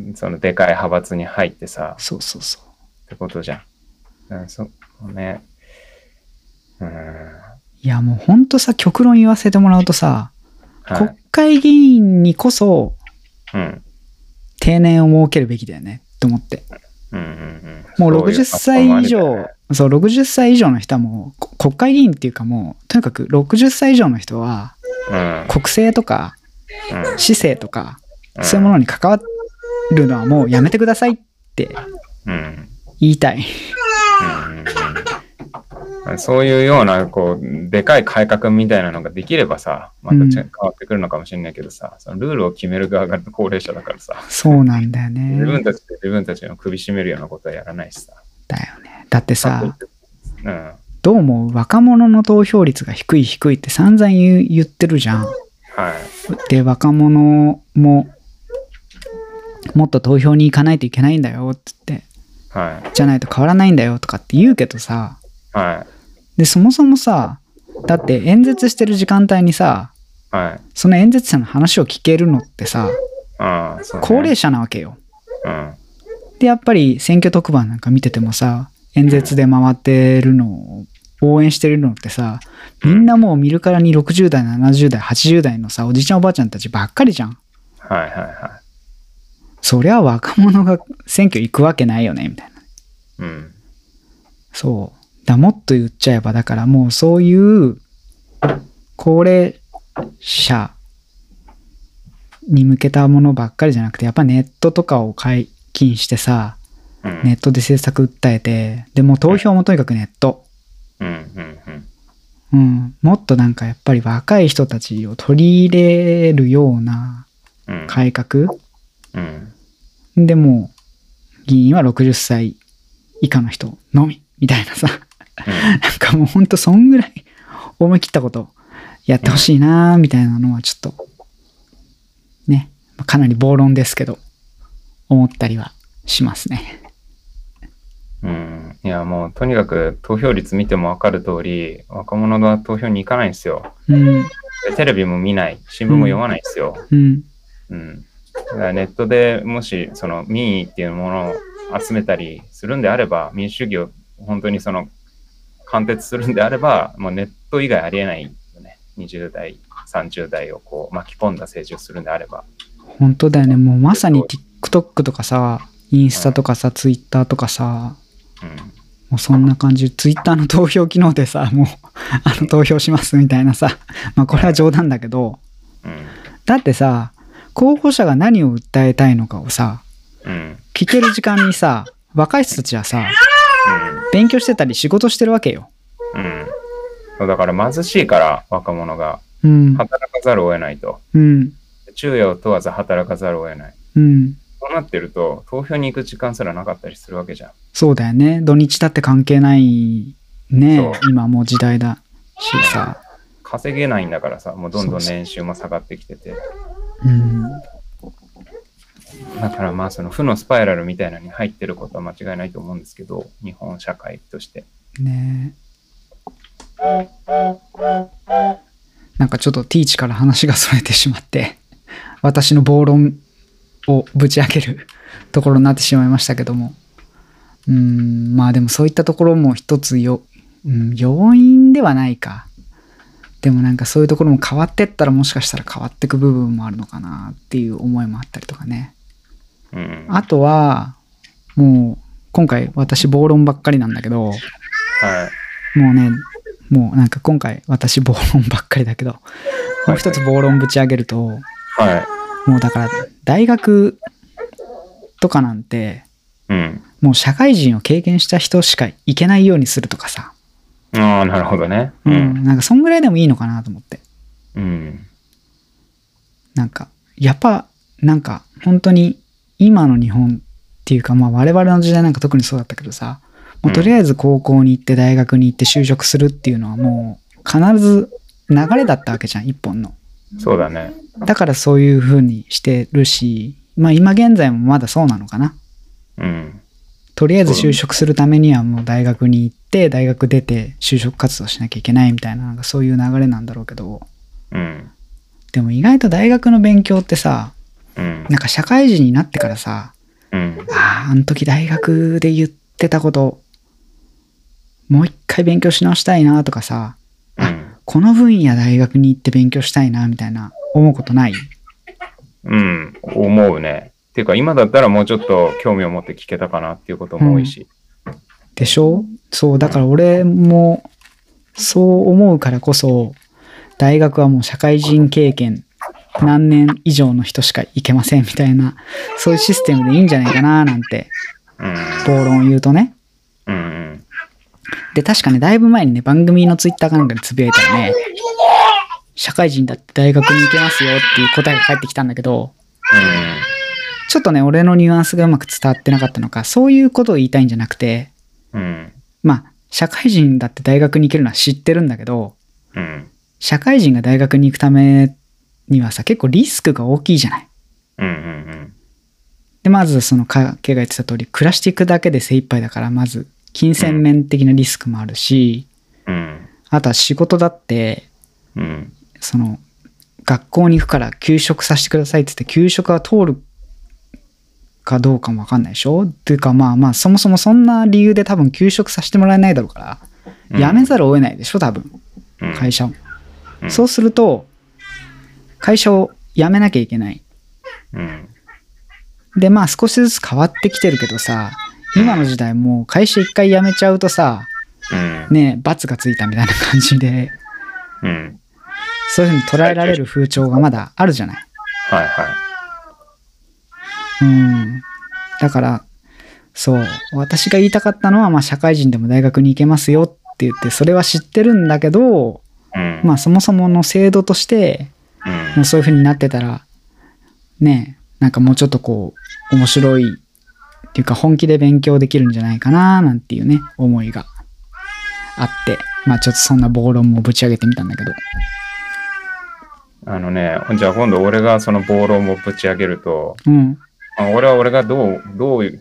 Speaker 1: ん。そのでかい派閥に入ってさ、
Speaker 2: そうそうそ
Speaker 1: ってことじゃん。うん、そね。うん。
Speaker 2: ういやもうほんとさ極論言わせてもらうとさ、
Speaker 1: は
Speaker 2: 国
Speaker 1: い。
Speaker 2: 会議員にこそ
Speaker 1: うん。
Speaker 2: 定年を設けるべきだよねと思って
Speaker 1: うんうんうん
Speaker 2: もう60歳以
Speaker 1: そう
Speaker 2: 上
Speaker 1: いう
Speaker 2: そう60歳以上の人はもうこ国会議員っていうかもうとにかく60歳以上の人は
Speaker 1: パターンもあるよね
Speaker 2: 国政とか
Speaker 1: うんうん
Speaker 2: 市政とか
Speaker 1: うん
Speaker 2: そういうものに関わるのはもうやめてくださいって
Speaker 1: うんうん
Speaker 2: 言いたい。
Speaker 1: うんうんそういうようなこうでかい改革みたいなのができればさまた違う
Speaker 2: うん
Speaker 1: 変わってくるのかもしれないけどさ、そのルールを決める側が高齢者だからさ、
Speaker 2: そうなんだよ
Speaker 1: 自分
Speaker 2: ね。
Speaker 1: たちで自分たちの首絞めるようなことはやらないしさ。
Speaker 2: だよね。だって
Speaker 1: ちゃん
Speaker 2: さ、
Speaker 1: とうん
Speaker 2: どうも若者の投票率が低い低いって散々言う言ってるじゃん。
Speaker 1: はい。
Speaker 2: で若者ももっと投票に行かないといけないんだよって言って
Speaker 1: はい。
Speaker 2: じゃないと変わらないんだよとかって言うけどさ
Speaker 1: は
Speaker 2: でそもそもさだって演説してる時間帯にさ
Speaker 1: い。はい。
Speaker 2: その演説者の話を聞けるのってさ
Speaker 1: ああ、そう、ね。
Speaker 2: 高齢者なわけよ。
Speaker 1: うん。
Speaker 2: でやっぱり選挙特番なんか見ててもさ演説で回ってるのを応援してるのってさみんなもう見るからに60代70代80代のさおじいちゃんおばあちゃんたちばっかりじゃん。
Speaker 1: はいはいは。
Speaker 2: そりゃ若者が選挙行くわけないよねみたいない
Speaker 1: うん。
Speaker 2: そうだもっと言っちゃえばだからもうそういう高齢者に向けたものばっかりじゃなくてやっぱネットとかを解禁してさ
Speaker 1: うん。
Speaker 2: ネットで政策訴えてでもう投票もとにかくネット
Speaker 1: うんうんうん。
Speaker 2: うんもっとなんかやっぱり若い人たちを取り入れるような
Speaker 1: うん。
Speaker 2: 改革
Speaker 1: うん。
Speaker 2: でもう議員は60歳以下の人のみみたいなさなんかもうほんとそんぐらい思い切ったことやってほしいなーみたいなのはちょっとねまあかなり暴論ですけど思ったりはしますね
Speaker 1: うん。いや、もう、とにかく投票率見てもわかる通り、若者が投票に行かないんですよ。
Speaker 2: うん
Speaker 1: でテレビも見ない、新聞も読まないんですよ。
Speaker 2: うん
Speaker 1: うん。だからネットでもし、その民意っていうものを集めたりするんであれば、民主主義を本当にその、貫徹するんであれば、もうネット以外ありえないよね。20代、30代をこう巻き込んだ政治をするんであれば。
Speaker 2: 本当だよねもうまさに TikTok とかさインスタとかさ Twitter とかさ
Speaker 1: うん。
Speaker 2: もうそんな感じ Twitter の投票機能でさもうあの投票しますみたいなさまあこれは冗談だけど
Speaker 1: うん。
Speaker 2: だってさ候補者が何を訴えたいのかをさ
Speaker 1: うん。
Speaker 2: 聞ける時間にさ若い人たちはさ勉強してたり仕事してるわけよ。
Speaker 1: うん。うん。そうだから貧しいから、若者が。
Speaker 2: うん、
Speaker 1: 働かざるを得ないと。
Speaker 2: うん、
Speaker 1: 昼夜を問わず働かざるを得ない。
Speaker 2: うん。
Speaker 1: そうなってると、投票に行く時間すらなかったりするわけじゃん。
Speaker 2: そうだよね。土日だって関係ないね
Speaker 1: そ。
Speaker 2: 今もう時代だしさ。
Speaker 1: 稼げないんだからさ、もうどんどん
Speaker 2: そうそう
Speaker 1: 年収も下がってきてて。
Speaker 2: うん、
Speaker 1: だからまあ、その負のスパイラルみたいなのに入ってることは間違いないと思うんですけど、日本社会として。
Speaker 2: ねなんかちょっとティーチから話がそれてしまって、私の暴論をぶち上げるところになってしまいましたけども。うん、まあでもそういったところも一つよ、うん、要因ではないか。でもなんかそういうところも変わってったらもしかしたら変わってく部分もあるのかなっていう思いもあったりとかね。
Speaker 1: うん。
Speaker 2: あとは、もう、今回私暴論ばっかりなんだけど、も
Speaker 1: はい。
Speaker 2: うね、もうなんか今回私暴論ばっかりだけど、もう一つ暴論ぶち上げると、
Speaker 1: はい。
Speaker 2: もうだから大学とかなんて、
Speaker 1: うん。
Speaker 2: もう社会人を経験した人しか行けないようにするとかさ、
Speaker 1: ああ、なるほどね。
Speaker 2: う、
Speaker 1: うんん。
Speaker 2: なんかそんぐらいでもいいのかなと思って。
Speaker 1: うん。
Speaker 2: なんか、やっぱ、なんか、本当に、今の日本っていうか、まあ我々の時代なんか特にそうだったけどさ、もうとりあえず高校に行って大学に行って就職するっていうのはもう必ず流れだったわけじゃん、一本の。
Speaker 1: そうだね。
Speaker 2: だからそういう風にしてるし、まあ今現在もまだそうなのかな。
Speaker 1: うん。
Speaker 2: とりあえず就職するためにはもう大学に行って、大学出て就職活動しなきゃいけないみたいな、なんかそういう流れなんだろうけど、
Speaker 1: うん。
Speaker 2: でも意外と大学の勉強ってさ、
Speaker 1: うん
Speaker 2: なん。か社会人になってからさ、
Speaker 1: うん。
Speaker 2: ああ、あの時大学で言ってたこと、もう一回勉強し直したいなとかさ、
Speaker 1: うん。
Speaker 2: この分野大学に行って勉強したいなみたいな思うことない
Speaker 1: うん、思うね。っていうか、今だったらもうちょっと興味を持って聞けたかなっていうことも多いし。
Speaker 2: でしょそう、だから俺もそう思うからこそ、大学はもう社会人経験何年以上の人しか行けませんみたいな、そういうシステムでいいんじゃないかななんて、
Speaker 1: うん。
Speaker 2: 暴論を言うとね。
Speaker 1: うん。うん
Speaker 2: で、確かね、だいぶ前にね、番組のツイッターかなんかでつぶやいたらね、社会人だって大学に行けますよっていう答えが返ってきたんだけど、ちょっとね、俺のニュアンスがうまく伝わってなかったのか、そういうことを言いたいんじゃなくて、
Speaker 1: うん。うん。
Speaker 2: まあ、社会人だって大学に行けるのは知ってるんだけど、
Speaker 1: うん。
Speaker 2: 社会人が大学に行くためにはさ、結構リスクが大きいじゃない。
Speaker 1: うんうん
Speaker 2: で、まずその、か、けが言ってた通り、暮らしていくだけで精一杯だから、まず、金銭面的なリスクもあるし、
Speaker 1: うん。うん。
Speaker 2: あとは仕事だって、
Speaker 1: うん。
Speaker 2: その、学校に行くから給食させてくださいって言って、給食は通るかどうかもわかんないでしょっていうかまあまあ、そもそもそんな理由で多分給食させてもらえないだろうから、辞めざるを得ないでしょ多分、
Speaker 1: うん
Speaker 2: 会社を。
Speaker 1: うん
Speaker 2: そうすると、会社を辞めなきゃいけない。
Speaker 1: うん。
Speaker 2: で、まあ少しずつ変わってきてるけどさ、今の時代もう会社一回辞めちゃうとさ、
Speaker 1: うん。
Speaker 2: ねえ、罰がついたみたいな感じで、
Speaker 1: うん。
Speaker 2: そういうふうに捉えられる風潮がまだあるじゃない。
Speaker 1: はいはい。
Speaker 2: うん。だから、そう、私が言いたかったのは、まあ、社会人でも大学に行けますよって言って、それは知ってるんだけど、
Speaker 1: うん。
Speaker 2: まあ、そもそもの制度として、
Speaker 1: うん
Speaker 2: もうそういう風になってたら、ねえ、なんかもうちょっとこう、面白いっていうか、本気で勉強できるんじゃないかな、なんていうね、思いがあって、まあ、ちょっとそんな暴論もぶち上げてみたんだけど。
Speaker 1: あのね、じゃあ今度俺がその暴論をぶち上げると、
Speaker 2: うん。
Speaker 1: まあ俺は俺がどう、どうい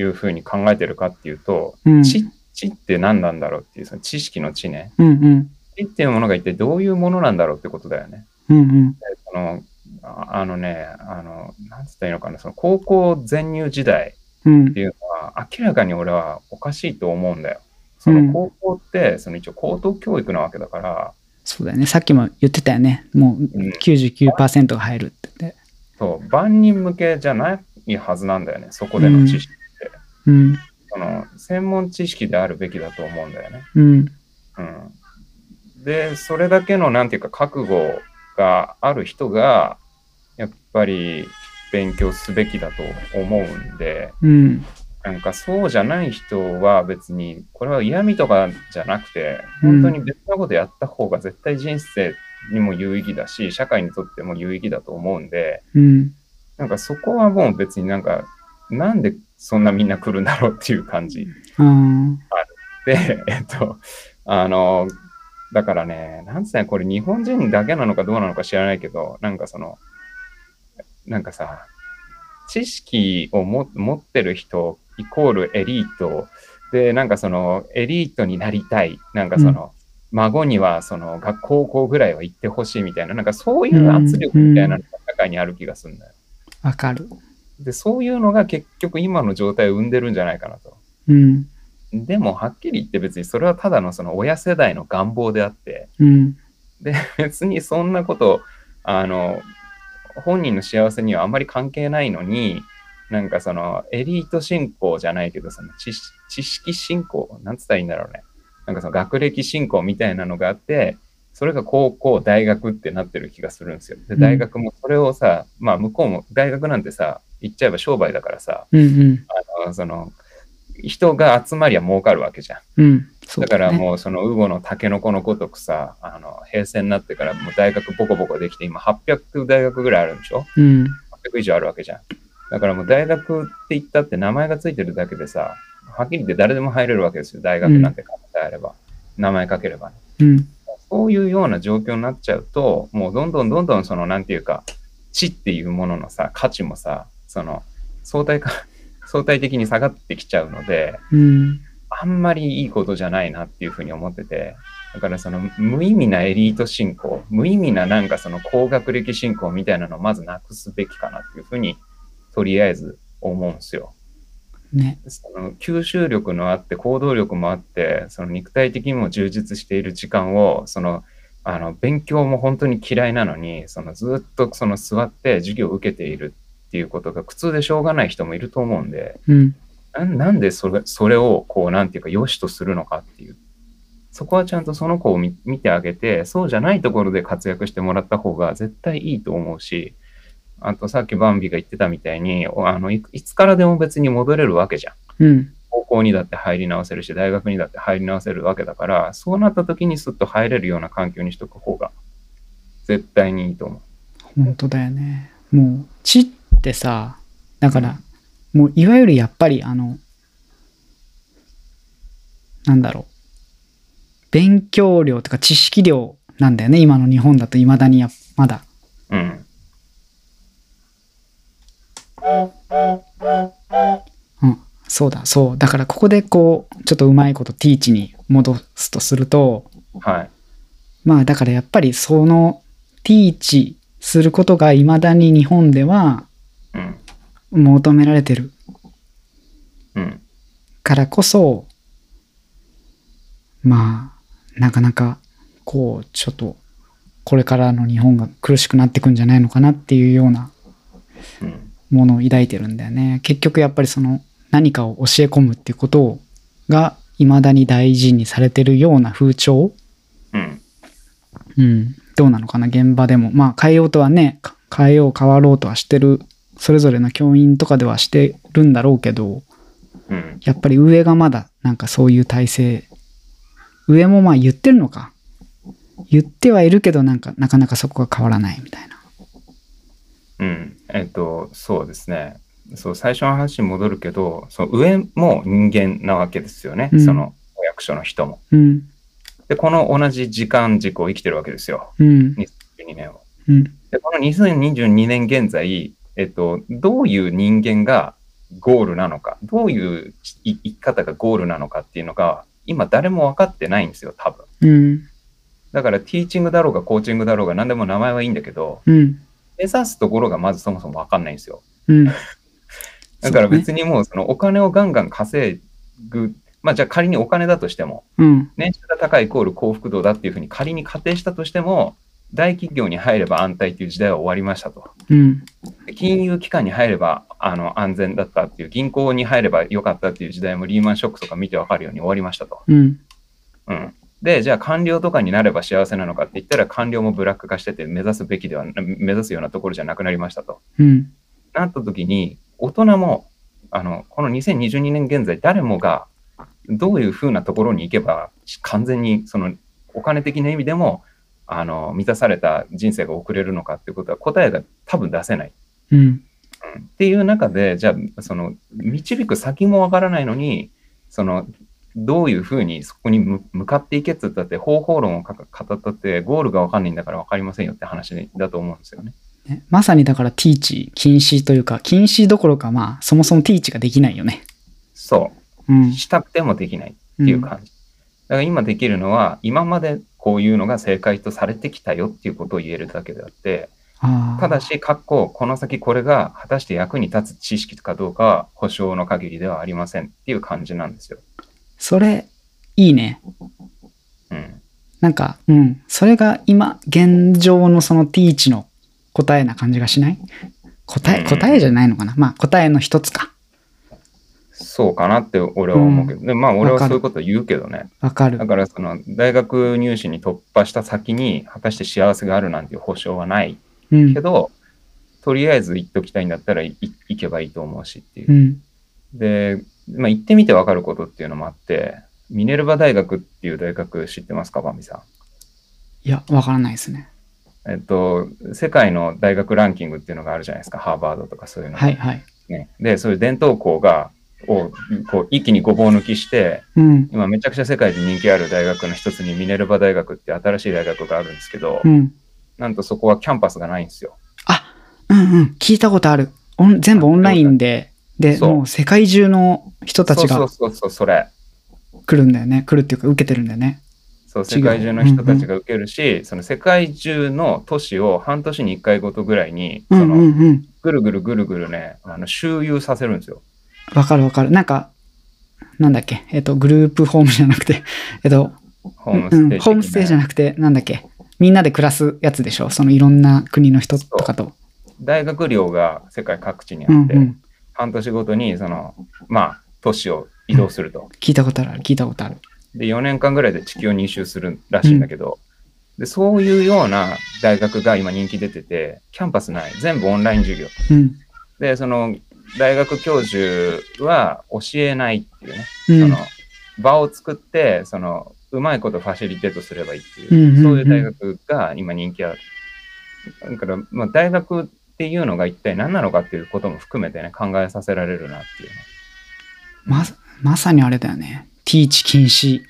Speaker 1: うふうに考えてるかっていうと、
Speaker 2: うん。
Speaker 1: 知知って何なんだろうっていう、その知識の知ね。
Speaker 2: うんうん。
Speaker 1: 知っていうものが一体どういうものなんだろうってことだよね。
Speaker 2: うんうん。
Speaker 1: あの、ああのね、あの、なんつったらいいのかな、その高校全入時代
Speaker 2: うん
Speaker 1: って。いうのは、明らかに俺はおかしいと思うんだよ。その高校って、その一応高等教育なわけだから、
Speaker 2: そうだよね。さっきも言ってたよね。もう
Speaker 1: うん
Speaker 2: 99%が入るって言って。
Speaker 1: そう、万人向けじゃないはずなんだよね、そこでの知識。
Speaker 2: うん。
Speaker 1: その、専門知識であるべきだと思うんだよね。
Speaker 2: うん。
Speaker 1: うん。で、それだけの、なんていうか、覚悟がある人が、やっぱり勉強すべきだと思うんで、
Speaker 2: うん。
Speaker 1: なんかそうじゃない人は別に、これは嫌味とかじゃなくて、
Speaker 2: うん
Speaker 1: 本当に別なことやった方が絶対人生にも有意義だし、社会にとっても有意義だと思うんで、
Speaker 2: うん。
Speaker 1: なんかそこはもう別になんか、なんでそんなみんな来るんだろうっていう感じ
Speaker 2: うん。
Speaker 1: で、えっと、あの、だからね、なんつうの、これ日本人だけなのかどうなのか知らないけど、なんかその、なんかさ、知識をも持ってる人イコールエリートで、なんかそのエリートになりたい、なんかその、孫にはその学校校ぐらいは行ってほしいみたいな、なんかそういう圧力みたいなのが社会にある気がするんだよ。
Speaker 2: わかる。
Speaker 1: で、そういうのが結局今の状態を生んでるんじゃないかなと。
Speaker 2: うん。
Speaker 1: でも、はっきり言って別にそれはただのその親世代の願望であって、
Speaker 2: うん。
Speaker 1: で、別にそんなこと、あの、本人の幸せにはあんまり関係ないのに、なんかそのエリート信仰じゃないけど、その知識知識信仰、なんつったらいいんだろうね。なんかその学歴信仰みたいなのがあって、それが高校、大学ってなってる気がするんですよ。で、
Speaker 2: うん
Speaker 1: 大学もそれをさ、まあ向こうも、大学なんてさ、言っちゃえば商売だからさ、
Speaker 2: うんうん。
Speaker 1: あのその、人が集まりゃ儲かるわけじゃん。
Speaker 2: うん。そう
Speaker 1: だから
Speaker 2: う。
Speaker 1: もうそのウゴのタケノコのごとくさ、あの平成になってからもう大学ボコボコできて、今800大学ぐらいあるんでしょ
Speaker 2: うん。
Speaker 1: ?800 以上あるわけじゃん。だからもう大学って言ったって名前がついてるだけでさ、はっきり言って誰でも入れるわけですよ。大学なんて考えあれば、名前かければね。
Speaker 2: うん。
Speaker 1: そういうような状況になっちゃうと、もうどんどんどんどんその、なんていうか、知っていうもののさ、価値もさ、その、相対化、相対的に下がってきちゃうので、
Speaker 2: うん。
Speaker 1: あんまりいいことじゃないなっていうふうに思ってて、だからその無意味なエリート信仰、無意味ななんかその高学歴信仰みたいなのをまずなくすべきかなっていうふうに、とりあえず思うんですよ。
Speaker 2: ね。
Speaker 1: その吸収力のあって行動力もあって、その肉体的にも充実している時間を、そのあの勉強も本当に嫌いなのに、そのずっとその座って授業を受けているっていうことが苦痛でしょうがない人もいると思うんで、
Speaker 2: うん。
Speaker 1: なんなんでそれそれをこうなんていうか良しとするのかっていうそこはちゃんとその子を見見てあげてそうじゃないところで活躍してもらった方が絶対いいと思うしあとさっきバンビが言ってたみたいにおあのいいつからでも別に戻れるわけじゃん
Speaker 2: うん。
Speaker 1: 高校にだって入り直せるし大学にだって入り直せるわけだからそうなった時にすっと入れるような環境にしとく方が絶対にいいと思
Speaker 2: 本当だよね。もう、知ってさ、だから、もういわゆるやっぱりあの、なんだろう。勉強量とか知識量なんだよね今の日本だといまだにやまだ
Speaker 1: うん。
Speaker 2: うん、そうだそうだからここでこうちょっとうまいことティーチに戻すとすると
Speaker 1: はい。
Speaker 2: まあだからやっぱりそのティーチすることがいまだに日本では
Speaker 1: うん。
Speaker 2: 求められてる
Speaker 1: うん。
Speaker 2: からこそまあなかなかこうちょっとこれからの日本が苦しくなってくんじゃないのかなっていうような
Speaker 1: うん。
Speaker 2: ものを抱いてるんだよね結局やっぱりその何かを教え込むっていうことをが未だに大事にされてるような風潮、
Speaker 1: うん。
Speaker 2: うん、どうなのかな現場でもまあ変えようとはねか変えよう変わろうとはしてるそれぞれの教員とかではしてるんだろうけど
Speaker 1: うん。
Speaker 2: やっぱり上がまだなんかそういう体制上もまあ言ってるのか言ってはいるけどなんかなかなかそこが変わらないみたいな
Speaker 1: うん。えっと、そうですね。そう、最初の話に戻るけど、その上も人間なわけですよね。
Speaker 2: うん
Speaker 1: そのお役所の人も。
Speaker 2: うん
Speaker 1: で、この同じ時間軸を生きてるわけですよ。
Speaker 2: うん
Speaker 1: 12年を。
Speaker 2: うん
Speaker 1: で、この2022年現在、えっと、どういう人間がゴールなのか、どういうい生き方がゴールなのかっていうのが、今誰も分かってないんですよ、多分。
Speaker 2: うん
Speaker 1: だから、ティーチングだろうが、コーチングだろうが、何でも名前はいいんだけど、
Speaker 2: うん
Speaker 1: 目指すところがまずそもそも分かんないんですよ。
Speaker 2: うん
Speaker 1: だから
Speaker 2: そうね
Speaker 1: 別にもう、そのお金をガンガン稼ぐ、まあ、じゃあ仮にお金だとしても、
Speaker 2: うん
Speaker 1: 年収が高いイコール幸福度だっていうふうに仮に仮定したとしても、大企業に入れば安泰という時代は終わりましたと。
Speaker 2: うん
Speaker 1: 金融機関に入ればあの安全だったっていう、銀行に入ればよかったっていう時代もリーマンショックとか見てわかるように終わりましたと。
Speaker 2: うん
Speaker 1: うん、で、じゃあ官僚とかになれば幸せなのかって言ったら、官僚もブラック化してて、目指すべきでは、目指すようなところじゃなくなりましたと。
Speaker 2: うん
Speaker 1: なった時に、大人も、あのこの2022年現在、誰もがどういうふうなところに行けば、完全にそのお金的な意味でもあの満たされた人生が送れるのかっていうことは、答えが多分出せない。
Speaker 2: うん
Speaker 1: っていう中で、じゃあ、その、導く先もわからないのに、その、どういうふうにそこに向向かっていけって言ったって、方法論をかか語ったって、ゴールがわかんないんだからわかりませんよって話だと思うんですよね。
Speaker 2: ねまさにだからティーチ禁止というか禁止どころかまあそもそもティーチができないよね。
Speaker 1: そうう。
Speaker 2: ん、
Speaker 1: したくてもできないっていう感じ。だから今できるのは、今までこういうのが正解とされてきたよっていうことを言えるだけであって、
Speaker 2: あー
Speaker 1: ただし、かっこ、この先これが果たして役に立つ知識かどうかは保証の限りではありませんっていう感じなんですよ。
Speaker 2: それいいね。
Speaker 1: うん。
Speaker 2: なんか、うん、それが今現状のそのティーチの答えな感じがしない答え
Speaker 1: うん
Speaker 2: 答えじゃないのかなまあ答えの一つか。
Speaker 1: そうかなって俺は思うけど、でまあ俺
Speaker 2: わ
Speaker 1: は
Speaker 2: か
Speaker 1: そ
Speaker 2: る
Speaker 1: ういうこと言うけどね。
Speaker 2: わかる
Speaker 1: だ。からその大学入試に突破した先に果たして幸せがあるなんていう保証はない
Speaker 2: うん
Speaker 1: け。ど、とりあえず行っときたいんだったらいい行けばいいと思うしっていう
Speaker 2: う。ん。
Speaker 1: で、まあ、行ってみてわかることっていうのもあって、ミネルバ大学っていう大学知ってますか、バミさ
Speaker 2: いや、わからないですね。
Speaker 1: ん。えっと、世界の大学ランキングっていうのがあるじゃないですか、ハーバードとかそういうの。
Speaker 2: はいはい。
Speaker 1: ね、で、そういう伝統校が、をこう一気にごぼう抜きして、
Speaker 2: うん。
Speaker 1: 今めちゃくちゃ世界で人気ある大学の一つにミネルバ大学って新しい大学があるんですけど、
Speaker 2: うん。
Speaker 1: なんとそこはキャンパスがないんですよ。
Speaker 2: あ、うんうん。聞いたことある。オン全部オンラインで、で、
Speaker 1: そう
Speaker 2: もう世界中の人たち
Speaker 1: そ
Speaker 2: が
Speaker 1: うそうそうそう、それ。
Speaker 2: 来るんだよね。来るっていうか受けてるんだよね。
Speaker 1: そう、
Speaker 2: 違う
Speaker 1: 世界中の人たちが受けるし、その世界中の都市を半年に1回ごとぐらいに、
Speaker 2: う
Speaker 1: そ
Speaker 2: んうん
Speaker 1: の
Speaker 2: うん。
Speaker 1: ぐるぐるぐるぐるね、あの周遊させるんですよ。
Speaker 2: わかるわかる。なんか、なんだっけ、えっと、グループホームじゃなくて、えっと、
Speaker 1: ホームステージ、
Speaker 2: うん、ホームステイじゃ
Speaker 1: ない。
Speaker 2: なくて、なんだっけ、みんなで暮らすやつでしょ、そのいろんな国の人とかと。
Speaker 1: 大学寮が世界各地にあ
Speaker 2: うんう
Speaker 1: って、
Speaker 2: ん、
Speaker 1: 半年ごとに、その、まあ、都市を移動すると。
Speaker 2: 聞いたことある、聞いたことある。
Speaker 1: で、4年間ぐらいで地球を2周するらしいんだけど、で、そういうような大学が今人気出てて、キャンパスない。全部オンライン授業。
Speaker 2: うん、
Speaker 1: で、その、大学教授は教えないっていうね、
Speaker 2: うん、
Speaker 1: その、場を作って、その、うまいことファシリテートすればいいっていう、
Speaker 2: うんうんうん
Speaker 1: そういう大学が今人気ある。だから、まあ、大学っていうのが一体何なのかっていうことも含めてね、考えさせられるなっていうね。
Speaker 2: ままさにあれだよね、ティーチ禁止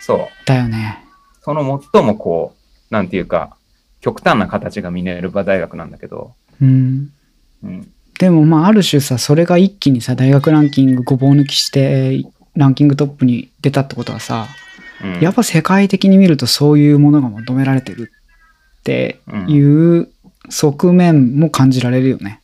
Speaker 1: そう。
Speaker 2: だよね。
Speaker 1: その最もこう、なんていうか、極端な形がミネルバ大学なんだけど、
Speaker 2: うん。
Speaker 1: うん、
Speaker 2: でもまあある種さそれが一気にさ大学ランキングごぼう抜きしてランキングトップに出たってことはさ、
Speaker 1: うん
Speaker 2: やっぱ世界的に見るとそういうものが求められてるって
Speaker 1: うん
Speaker 2: いう側面も感じられるよね。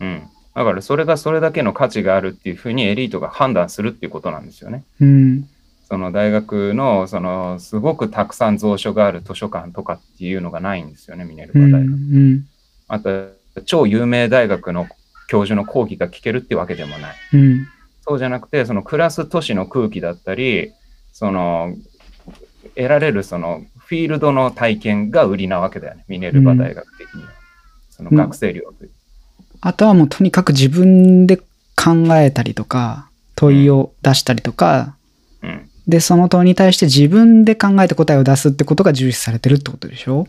Speaker 1: うん。だからそれがそれだけの価値があるっていうふうにエリートが判断するっていうことなんですよね。
Speaker 2: うん。
Speaker 1: その大学の、その、すごくたくさん蔵書がある図書館とかっていうのがないんですよね、ミネル
Speaker 2: う
Speaker 1: バ
Speaker 2: ん。
Speaker 1: 大
Speaker 2: う
Speaker 1: 学。
Speaker 2: ん。
Speaker 1: あと、超有名大学の教授の講義が聞けるってわけでもない。
Speaker 2: うん。
Speaker 1: そうじゃなくて、その暮らす都市の空気だったり、その、得られるそのフィールドの体験が売りなわけだよね、ミネルバ大学的には。その学生寮という。
Speaker 2: あとはもうとにかく自分で考えたりとか問いを出したりとか、
Speaker 1: うん。
Speaker 2: でその問いに対して自分で考えて答えを出すってことが重視されてるってことでしょ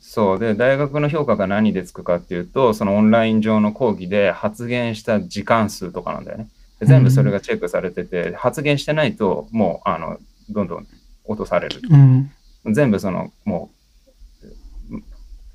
Speaker 1: そうで、大学の評価が何でつくかっていうと、そのオンライン上の講義で発言した時間数とかなんだよね。で全部それがチェックされてて、発言してないと、もう、あの、どんどん落とされる。
Speaker 2: うん。
Speaker 1: 全部そのもう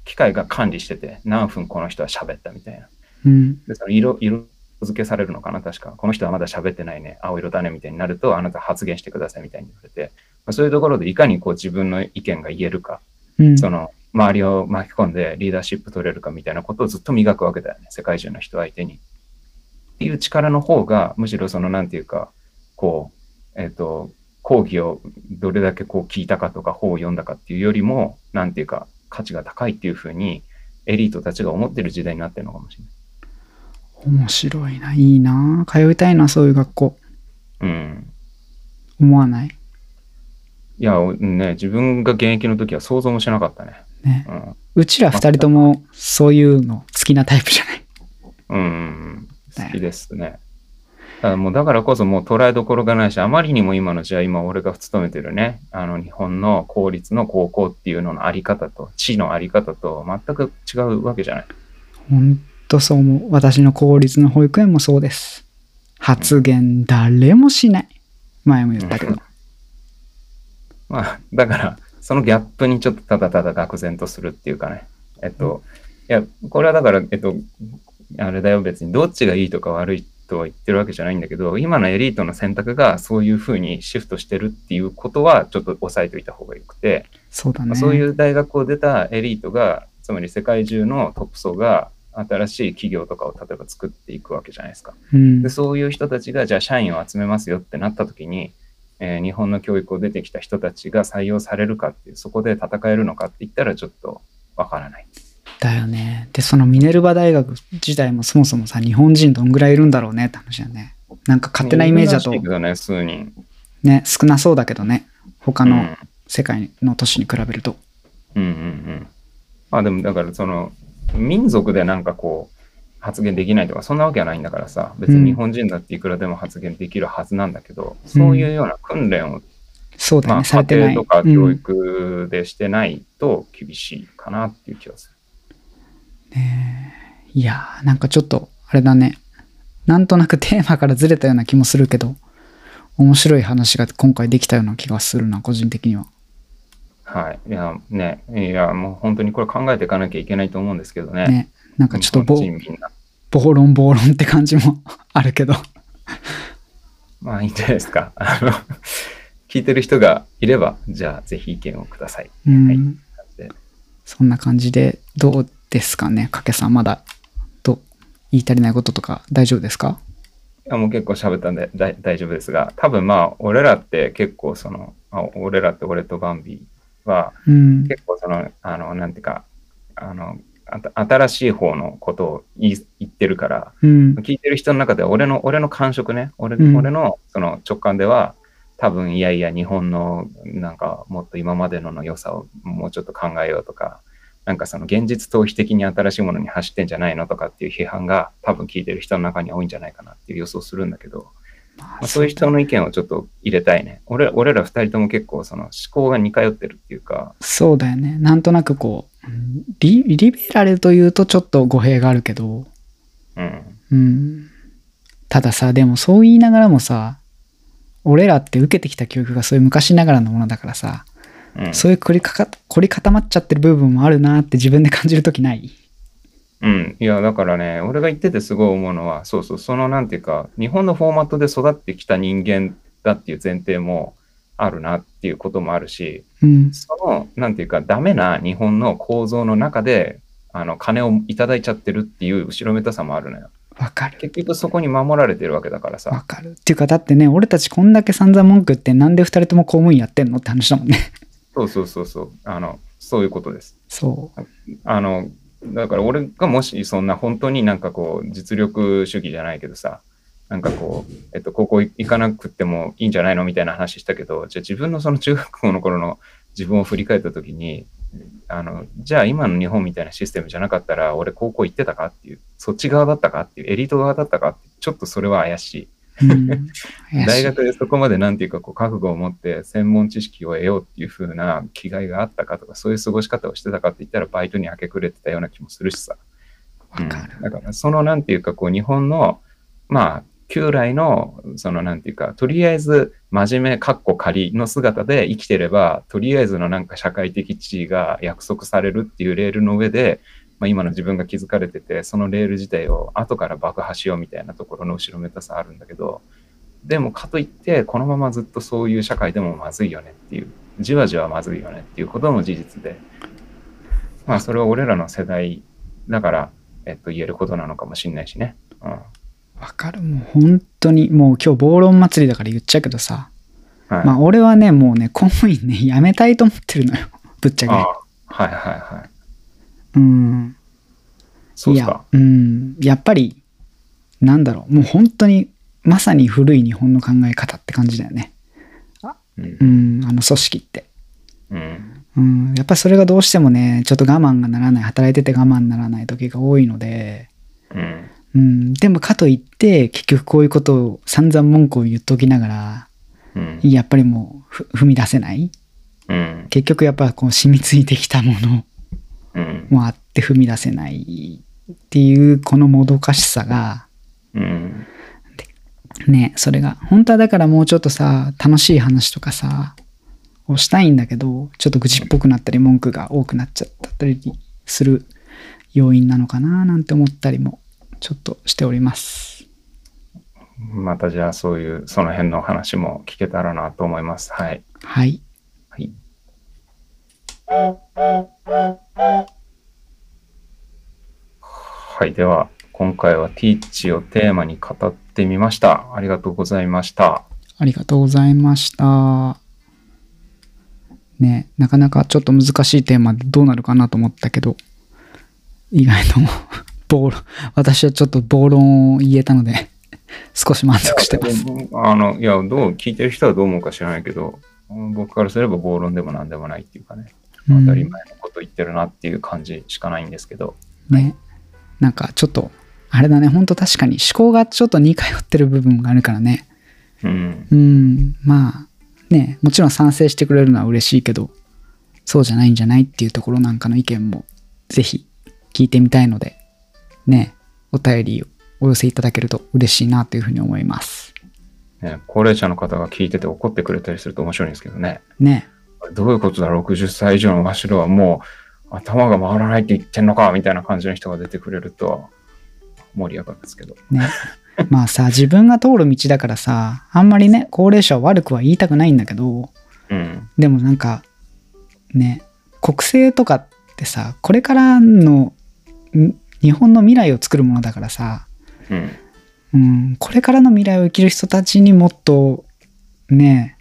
Speaker 1: 機械が管理してて何分この人は喋ったみたいな
Speaker 2: うん。
Speaker 1: でその色色付けされるのかな確かこの人はまだ喋ってないね青色だねみたいになるとあなた発言してくださいみたいに言われてまあそういうところでいかにこう自分の意見が言えるか
Speaker 2: うん。
Speaker 1: その周りを巻き込んでリーダーシップ取れるかみたいなことをずっと磨くわけだよね世界中の人相手に。っていう力の方がむしろそのなんていうかこうえっ、と講義をどれだけこう聞いたかとか本を読んだかっていうよりもなんていうか価値が高いっていうふうにエリートたちが思ってる時代になってるのかもしれ
Speaker 2: 面白いな。いいな。通いたいな、そういう学校。
Speaker 1: ない。うん。
Speaker 2: 思わない
Speaker 1: いや、ね、自分が現役の時は想像もしなかったね。
Speaker 2: ね。
Speaker 1: うん。
Speaker 2: うちら二人ともそういうの好きなタイプじゃない。
Speaker 1: うん、好きですね。だからもうだからこそもう捉えどころがないし、あまりにも今のじゃあ今俺が勤めてるね、あの日本の公立の高校っていうののあり方と、地のあり方と全く違うわけじゃない。
Speaker 2: ほんとそう思う。私の公立の保育園もそうです。発言誰もしない。前も言ったけど。
Speaker 1: まあ、だから、そのギャップにちょっとただただ愕然とするっていうかね。えっと、いや、これはだから、えっと、あれだよ、別にどっちがいいとか悪いとは言ってるわけじゃないんだけど、今のエリートの選択がそういうふうにシフトしてるっていうことは、ちょっと押さえておいた方がよくて、
Speaker 2: そうだ
Speaker 1: ま
Speaker 2: ね。
Speaker 1: あそういう大学を出たエリートが、つまり世界中のトップ層が新しい企業とかを例えば作っていくわけじゃないですか。
Speaker 2: うん
Speaker 1: で、そういう人たちが、じゃあ社員を集めますよってなった時に、えー日本の教育を出てきた人たちが採用されるかっていう、そこで戦えるのかって言ったらちょっとわからない。
Speaker 2: だよね。で、そのミネルバ大学自体もそもそもさ、日本人どんぐらいいるんだろうねって話だよね。なんか勝手なイメージだと
Speaker 1: いるらしいけどね、数人。
Speaker 2: ね、少なそうだけどね。他
Speaker 1: う
Speaker 2: の
Speaker 1: ん
Speaker 2: 世界の都市に比べると。
Speaker 1: うんうんうん。まあでもだからその民族でなんかこう発言できないとかそんなわけはないんだからさ別に日本人だっていくらでも発言できるはずなんだけど、そういうような訓練を、
Speaker 2: そうだよ
Speaker 1: ま
Speaker 2: ね、
Speaker 1: あ
Speaker 2: され
Speaker 1: 家
Speaker 2: てな
Speaker 1: 庭
Speaker 2: い。
Speaker 1: とか
Speaker 2: う
Speaker 1: 教
Speaker 2: ん
Speaker 1: 育でしてないと厳しいかなっていう気がする。
Speaker 2: いやー、なんかちょっと、あれだね。なんとなくテーマからずれたような気もするけど、面白い話が今回できたような気がするな、個人的には。
Speaker 1: はい。いや、ね、いや、もう本当にこれ考えていかなきゃいけないと思うんですけどね。
Speaker 2: ね。なんかちょっとぼ
Speaker 1: 日、本人みんな。
Speaker 2: 暴論暴論って感じもあるけど。
Speaker 1: まあいいんじゃないですか。あの、聞いてる人がいれば、じゃあぜひ意見をください。
Speaker 2: うん。
Speaker 1: はいで
Speaker 2: そんな感じで、どうですかね、かけさん、まだ、と、言い足りないこととか大丈夫ですか
Speaker 1: いやもう結構喋ったんで大大丈夫ですが、多分まあ、俺らって結構その、あ俺らって俺とバンビは、
Speaker 2: うん。
Speaker 1: 結構その、あの、なんていうか、あの、あた新しい方のことを言い言ってるから、
Speaker 2: うん。
Speaker 1: 聞いてる人の中で俺の、俺の感触ね、俺,、
Speaker 2: うん
Speaker 1: 俺のその直感では、多分いやいや、日本のなんかもっと今までのの良さをもうちょっと考えようとか、なんかその現実逃避的に新しいものに走ってんじゃないのとかっていう批判が多分聞いてる人の中に多いんじゃないかなっていう予想するんだけど、
Speaker 2: ま
Speaker 1: まあ、そういう人の意見をちょっと入れたいね。俺俺ら二人とも結構その思考が似通ってるっていうか、
Speaker 2: そうだよね。なんとなくこう、うんリリベラルというとちょっと語弊があるけど、
Speaker 1: うん。
Speaker 2: うん。たださ、でもそう言いながらもさ、俺らって受けてきた教育がそういう昔ながらのものだからさ、
Speaker 1: うん
Speaker 2: そういう凝りかか凝り固まっちゃってる部分もあるなって自分で感じるときない
Speaker 1: うん、いやだからね俺が言っててすごい思うのはそうそうそのなんていうか日本のフォーマットで育ってきた人間だっていう前提もあるなっていうこともあるし
Speaker 2: うん
Speaker 1: そのなんていうかダメな日本の構造の中であの金をいただいちゃってるっていう後ろめたさもあるのよ
Speaker 2: わかる
Speaker 1: 結局そこに守られてるわけだから
Speaker 2: わ
Speaker 1: さ
Speaker 2: かるっていうかだってね俺たちこんだけ散々文句言ってなんで2人とも公務員やってんのって話だも んね
Speaker 1: そうそうそうそうあのそういうことです
Speaker 2: そ、
Speaker 1: あのだから俺がもしそんな本当になんかこう実力主義じゃないけどさなんかこう、えっと、高校行かなくてもいいんじゃないのみたいな話したけどじゃあ自分のその中学校の頃の自分を振り返った時にあのじゃあ今の日本みたいなシステムじゃなかったら俺高校行ってたかっていうそっち側だったかっていうエリート側だったかってちょっとそれは怪しいう
Speaker 2: うん、怪しい
Speaker 1: 大学でそこまでなんていうかこう覚悟を持って専門知識を得ようっていう風な気概があったかとかそういう過ごし方をしてたかって言ったらバイトに明け暮れてたような気もするしさ、う
Speaker 2: わ
Speaker 1: ん、
Speaker 2: か
Speaker 1: だ
Speaker 2: る、
Speaker 1: からそのなんていうかこう日本のまあ旧来のそのなんていうかとりあえず真面目かっこ仮の姿で生きてればとりあえずのなんか社会的地位が約束されるっていうレールの上でまあ、今の自分が気づかれててそのレール自体を後から爆破しようみたいなところの後ろめたさあるんだけどでもかといってこのままずっとそういう社会でもまずいよねっていうじわじわまずいよねっていうことも事実でまあそれは俺らの世代だから、えっと、言えることなのかもしれないしね、うん
Speaker 2: わかるもう本当にもう今日暴論祭りだから言っちゃうけどさ、
Speaker 1: はい、
Speaker 2: まあ俺はねもうね公務員ね辞めたいと思ってる のよぶっちゃけ
Speaker 1: あはいはいはい
Speaker 2: うん
Speaker 1: そう
Speaker 2: い
Speaker 1: です
Speaker 2: や
Speaker 1: か、
Speaker 2: うん、やっぱりなんだろうもう本当にまさに古い日本の考え方って感じだよね
Speaker 1: う
Speaker 2: うんんあの組織って
Speaker 1: うん
Speaker 2: うんやっぱりそれがどうしてもねちょっと我慢がならない働いてて我慢ならない時が多いので
Speaker 1: うん
Speaker 2: うんでもかといって結局こういうことを散々文句を言っときながら
Speaker 1: うん
Speaker 2: やっぱりもうふ踏み出せない
Speaker 1: うん
Speaker 2: 結局やっぱこう染みついてきたもの
Speaker 1: うん
Speaker 2: もあって踏み出せないっていうこのもどかしさが
Speaker 1: うん
Speaker 2: ねそれが本当はだからもうちょっとさ楽しい話とかさをしたいんだけどちょっと愚痴っぽくなったり文句が多くなっちゃったりする要因なのかななんて思ったりもちょっとしております
Speaker 1: またじゃあそういうその辺の話も聞けたらなと思いますはい
Speaker 2: はい
Speaker 1: はいはい、では今回はティーチをテーマに語ってみました。ありがとうございました。
Speaker 2: ありがとうございましたねなかなかちょっと難しいテーマでどうなるかなと思ったけど意外 と暴論私はちょっと暴論を言えたので少し満足してます
Speaker 1: あの、いや、どう、聞いてる人はどう思うか知らないけど、うん僕からすれば暴論でも何でもないっていうかね、当たり前のこと言ってるなっていう感じしかないんですけど、
Speaker 2: ねなんかちょっとあれだねほんと確かに思考がちょっと似通ってる部分があるからね
Speaker 1: うん、
Speaker 2: うんまあねもちろん賛成してくれるのは嬉しいけどそうじゃないんじゃないっていうところなんかの意見もぜひ聞いてみたいのでねお便りをお寄せいただけると嬉しいなというふうに思います
Speaker 1: ね、高齢者の方が聞いてて怒ってくれたりすると面白いんですけどね。
Speaker 2: ね
Speaker 1: どういうことだ、60歳以上のわしらはもう頭が回らないって言ってんのかみたいな感じの人が出てくれると盛り上がるんですけど。
Speaker 2: ねまあさ自分が通る道だからさあんまりね高齢者を悪くは言いたくないんだけど
Speaker 1: うん。
Speaker 2: でもなんかね国政とかってさこれからのん日本の未来を作るものだからさ、
Speaker 1: うん。
Speaker 2: うん、これからの未来を生きる人たちにもっとね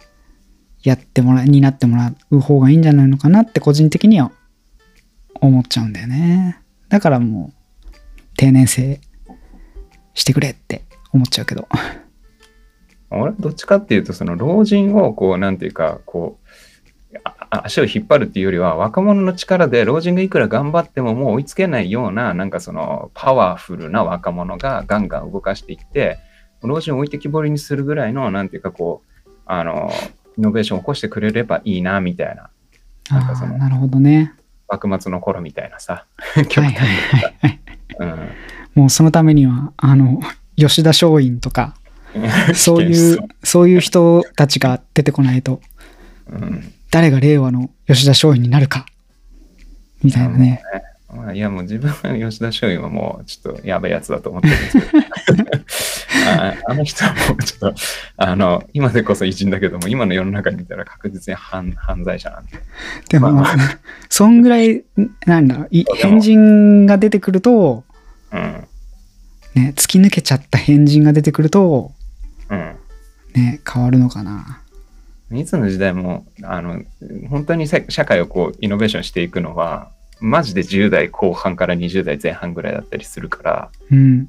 Speaker 2: やってもらになってもらう方がいいんじゃないのかなって個人的には思っちゃうんだよねだからもう定年制してくれって思っちゃうけど
Speaker 1: 俺はどっちかっていうと、その老人をこう、なんていうか、こう、ああ足を引っ張るっていうよりは、若者の力で老人がいくら頑張ってももう追いつけないような、なんかそのパワフルな若者がガンガン動かしていって、老人を置いてきぼりにするぐらいの、なんていうかこう、あの、イノベーションを起こしてくれればいいな、みたいな。なん
Speaker 2: あ
Speaker 1: かその
Speaker 2: あなるほどね
Speaker 1: 幕末の頃みたいなさ。
Speaker 2: はいはいはいはい
Speaker 1: うん
Speaker 2: もうそのためにはあの 吉田松陰と かそうい
Speaker 1: 危険
Speaker 2: うそういう人たちが出てこないと
Speaker 1: 思想うん
Speaker 2: 誰が令和の吉田松陰になるかみたいなね
Speaker 1: まあ、いやもう自分は吉田松陰はもうちょっとやべえやつだと思ってるんですけど ああの人はもうちょっとあの今でこそ偉人だけども今の世の中に見たら確実に犯犯罪者なんで
Speaker 2: でも、
Speaker 1: まあ
Speaker 2: そんぐらいなんだろうい
Speaker 1: そうでも
Speaker 2: 変人が出てくると、
Speaker 1: うん
Speaker 2: ね、突き抜けちゃった変人が出てくると、
Speaker 1: うん
Speaker 2: ね、変わるのかな。
Speaker 1: いつの時代もあの本当にせ社会をこうイノベーションしていくのはマジで10代後半から20代前半ぐらいだったりするから
Speaker 2: うん。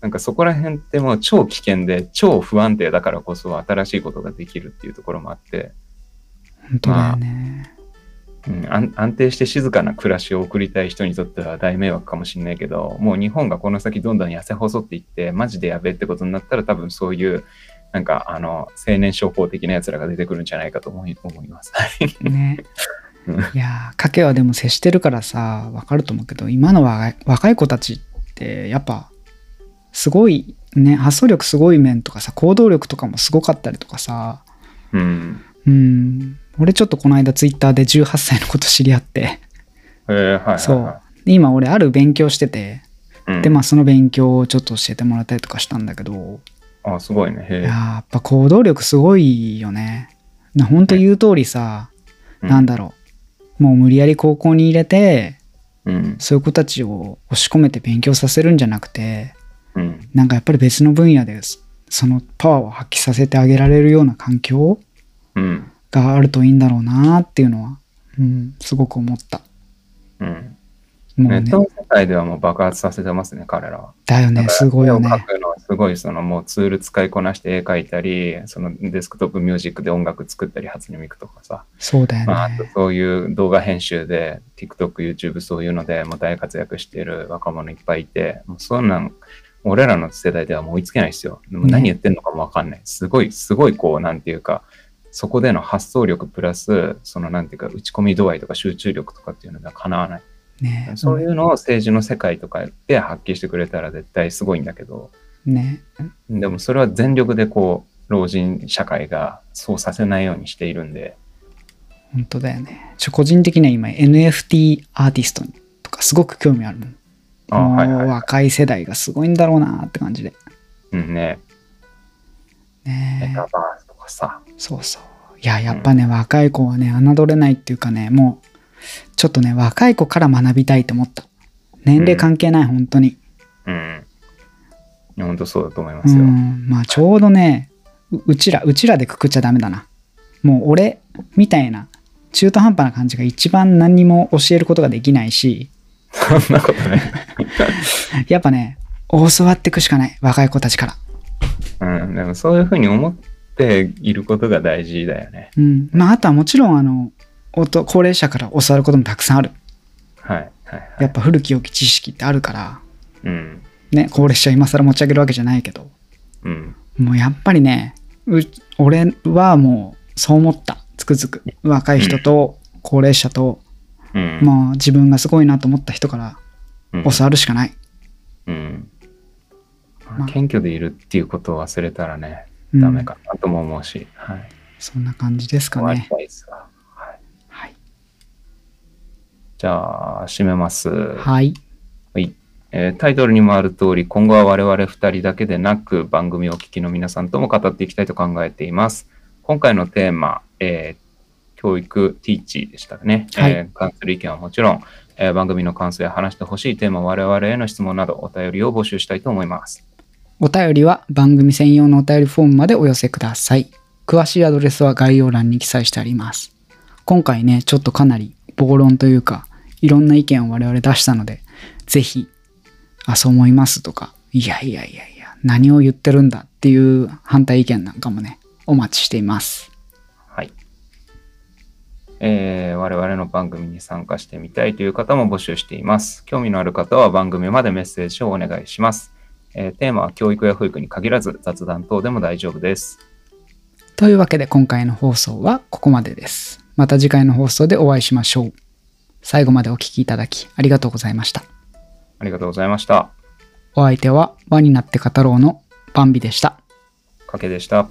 Speaker 1: なんかそこら辺ってもう超危険で超不安定だからこそ新しいことができるっていうところもあって、
Speaker 2: 本当だよね。
Speaker 1: うん、安安定して静かな暮らしを送りたい人にとっては大迷惑かもしれないけどもう日本がこの先どんどん痩せ細っていってマジでやべえってことになったら多分そういうなんかあの青年商法的なやつらが出てくるんじゃないかと思い思います。はい
Speaker 2: ね
Speaker 1: うん。
Speaker 2: いやー、賭けはでも接してるからさ、わかると思うけど、今の若い若い子たちって、やっぱ、すごい、ね、発想力すごい面とかさ、行動力とかもすごかったりとかさ、
Speaker 1: うん
Speaker 2: うん。俺ちょっとこの間ツイッターで18歳のこと知り合って、
Speaker 1: えーはいはいはい、
Speaker 2: そう。で今俺ある勉強してて、
Speaker 1: うん。
Speaker 2: でまあその勉強をちょっと教えてもらったりとかしたんだけど、
Speaker 1: あ、すごいね。
Speaker 2: い
Speaker 1: へ
Speaker 2: ややっぱ行動力すごいよね。な本当言う通りさ、
Speaker 1: え。
Speaker 2: なんだろうもう無理やり高校に入れて
Speaker 1: うん。
Speaker 2: そういう子たちを押し込めて勉強させるんじゃなくて
Speaker 1: うん。
Speaker 2: なんかやっぱり別の分野でそそのパワーを発揮させてあげられるような環境
Speaker 1: うん。
Speaker 2: があるといいんだろうなっていうのは、うん、すごく思った。
Speaker 1: うん。
Speaker 2: も
Speaker 1: ネ
Speaker 2: う
Speaker 1: ッ
Speaker 2: ね
Speaker 1: トの世界ではもう爆発させてますね、彼らは。
Speaker 2: だよねすごいよね
Speaker 1: 絵を。描くのはすごいそのもうツール使いこなして絵描いたり、そのデスクトップミュージックで音楽作ったり、初音ミクとかさ、
Speaker 2: そうだよ
Speaker 1: まあ、あと
Speaker 2: ね。
Speaker 1: そういう動画編集で、TikTok、YouTube そういうのでもう大活躍している若者いっぱいいて、もうそんなん、俺らの世代ではもう追いつけないですよ。でも何言ってんのかもわかんない。すごい、すごいこう、なんていうか、そこでの発想力プラス、そのなんていうか、打ち込み度合いとか集中力とかっていうのがかなわない。
Speaker 2: ね
Speaker 1: そういうのを政治の世界とかで発揮してくれたら絶対すごいんだけど、
Speaker 2: ね
Speaker 1: でもそれは全力でこう、老人社会がそうさせないようにしているんで、
Speaker 2: 本当だよね。ちょ個人的には今 NFT アーティストにとかすごく興味あるもん。
Speaker 1: あはいはい
Speaker 2: もう若い世代がすごいんだろうなって感じで。
Speaker 1: うんね、メ
Speaker 2: ね
Speaker 1: タバースとかさ、
Speaker 2: そうそう。いや、やっぱね、若い子はね、侮れないっていうかね、もう、ちょっとね、若い子から学びたいと思った。年齢関係ない、本当に。
Speaker 1: うん。本当そうだと思いま
Speaker 2: う
Speaker 1: すよ。
Speaker 2: ん。まあ、ちょうどね、ううちら、うちらでくくっちゃダメだな。もう、俺みたいな、中途半端な感じが一番何にも教えることができないし、
Speaker 1: そんなことね。
Speaker 2: やっぱね、教わっていくしかない。若い子たちから。
Speaker 1: うん。でもそういうふうに思っていることが大事だよね。
Speaker 2: うん。まあ、あとはもちろん、あの、おと高齢者から教わることもたくさんある。
Speaker 1: はい。はい、はい。
Speaker 2: やっぱ古き良き知識ってあるから、
Speaker 1: うん。
Speaker 2: ね、高齢者今更持ち上げるわけじゃないけど、
Speaker 1: うん。
Speaker 2: もうやっぱりね、う俺はもうそう思った。つくづく。若い人と高齢者と、
Speaker 1: うん。
Speaker 2: まあ自分がすごいなと思った人から
Speaker 1: うん
Speaker 2: 教わるしかない。
Speaker 1: うん。まあ
Speaker 2: まあ
Speaker 1: 謙虚でいるっていうことを忘れたらね、
Speaker 2: うん
Speaker 1: ダメかなとも思うし、はい。
Speaker 2: そんな感じですか
Speaker 1: 終わり
Speaker 2: ね。
Speaker 1: たいですわ。はい。
Speaker 2: はい。
Speaker 1: じゃあ、締めます。
Speaker 2: はい。
Speaker 1: はいえータイトルにもある通り、今後は我々2人だけでなく、番組をお聞きの皆さんとも語っていきたいと考えています。今回のテーマ、えー教育、ティーチでしたね、
Speaker 2: はい
Speaker 1: えー関する意見はもちろん、えー番組の感想や話してほしいテーマ、我々への質問など、お便りを募集したいと思います。
Speaker 2: お便りは番組専用のお便りフォームまでお寄せください。詳しいアドレスは概要欄に記載してあります。今回ね、ちょっとかなり暴論というか、いろんな意見を我々出したので、ぜひ、あ、そう思いますとか、いやいやいやいや、何を言ってるんだっていう反対意見なんかもね、お待ちしています。
Speaker 1: はい。えー我々の番組に参加してみたいという方も募集しています。興味のある方は番組までメッセージをお願いします。えーテーマは教育や保育に限らず雑談等でも大丈夫です。
Speaker 2: というわけで今回の放送はここまでです。また次回の放送でお会いしましょう。最後までお聞きいただきありがとうございました。
Speaker 1: ありがとうございました。
Speaker 2: お相手は輪になって語ろうのバンビでした。
Speaker 1: かけでした。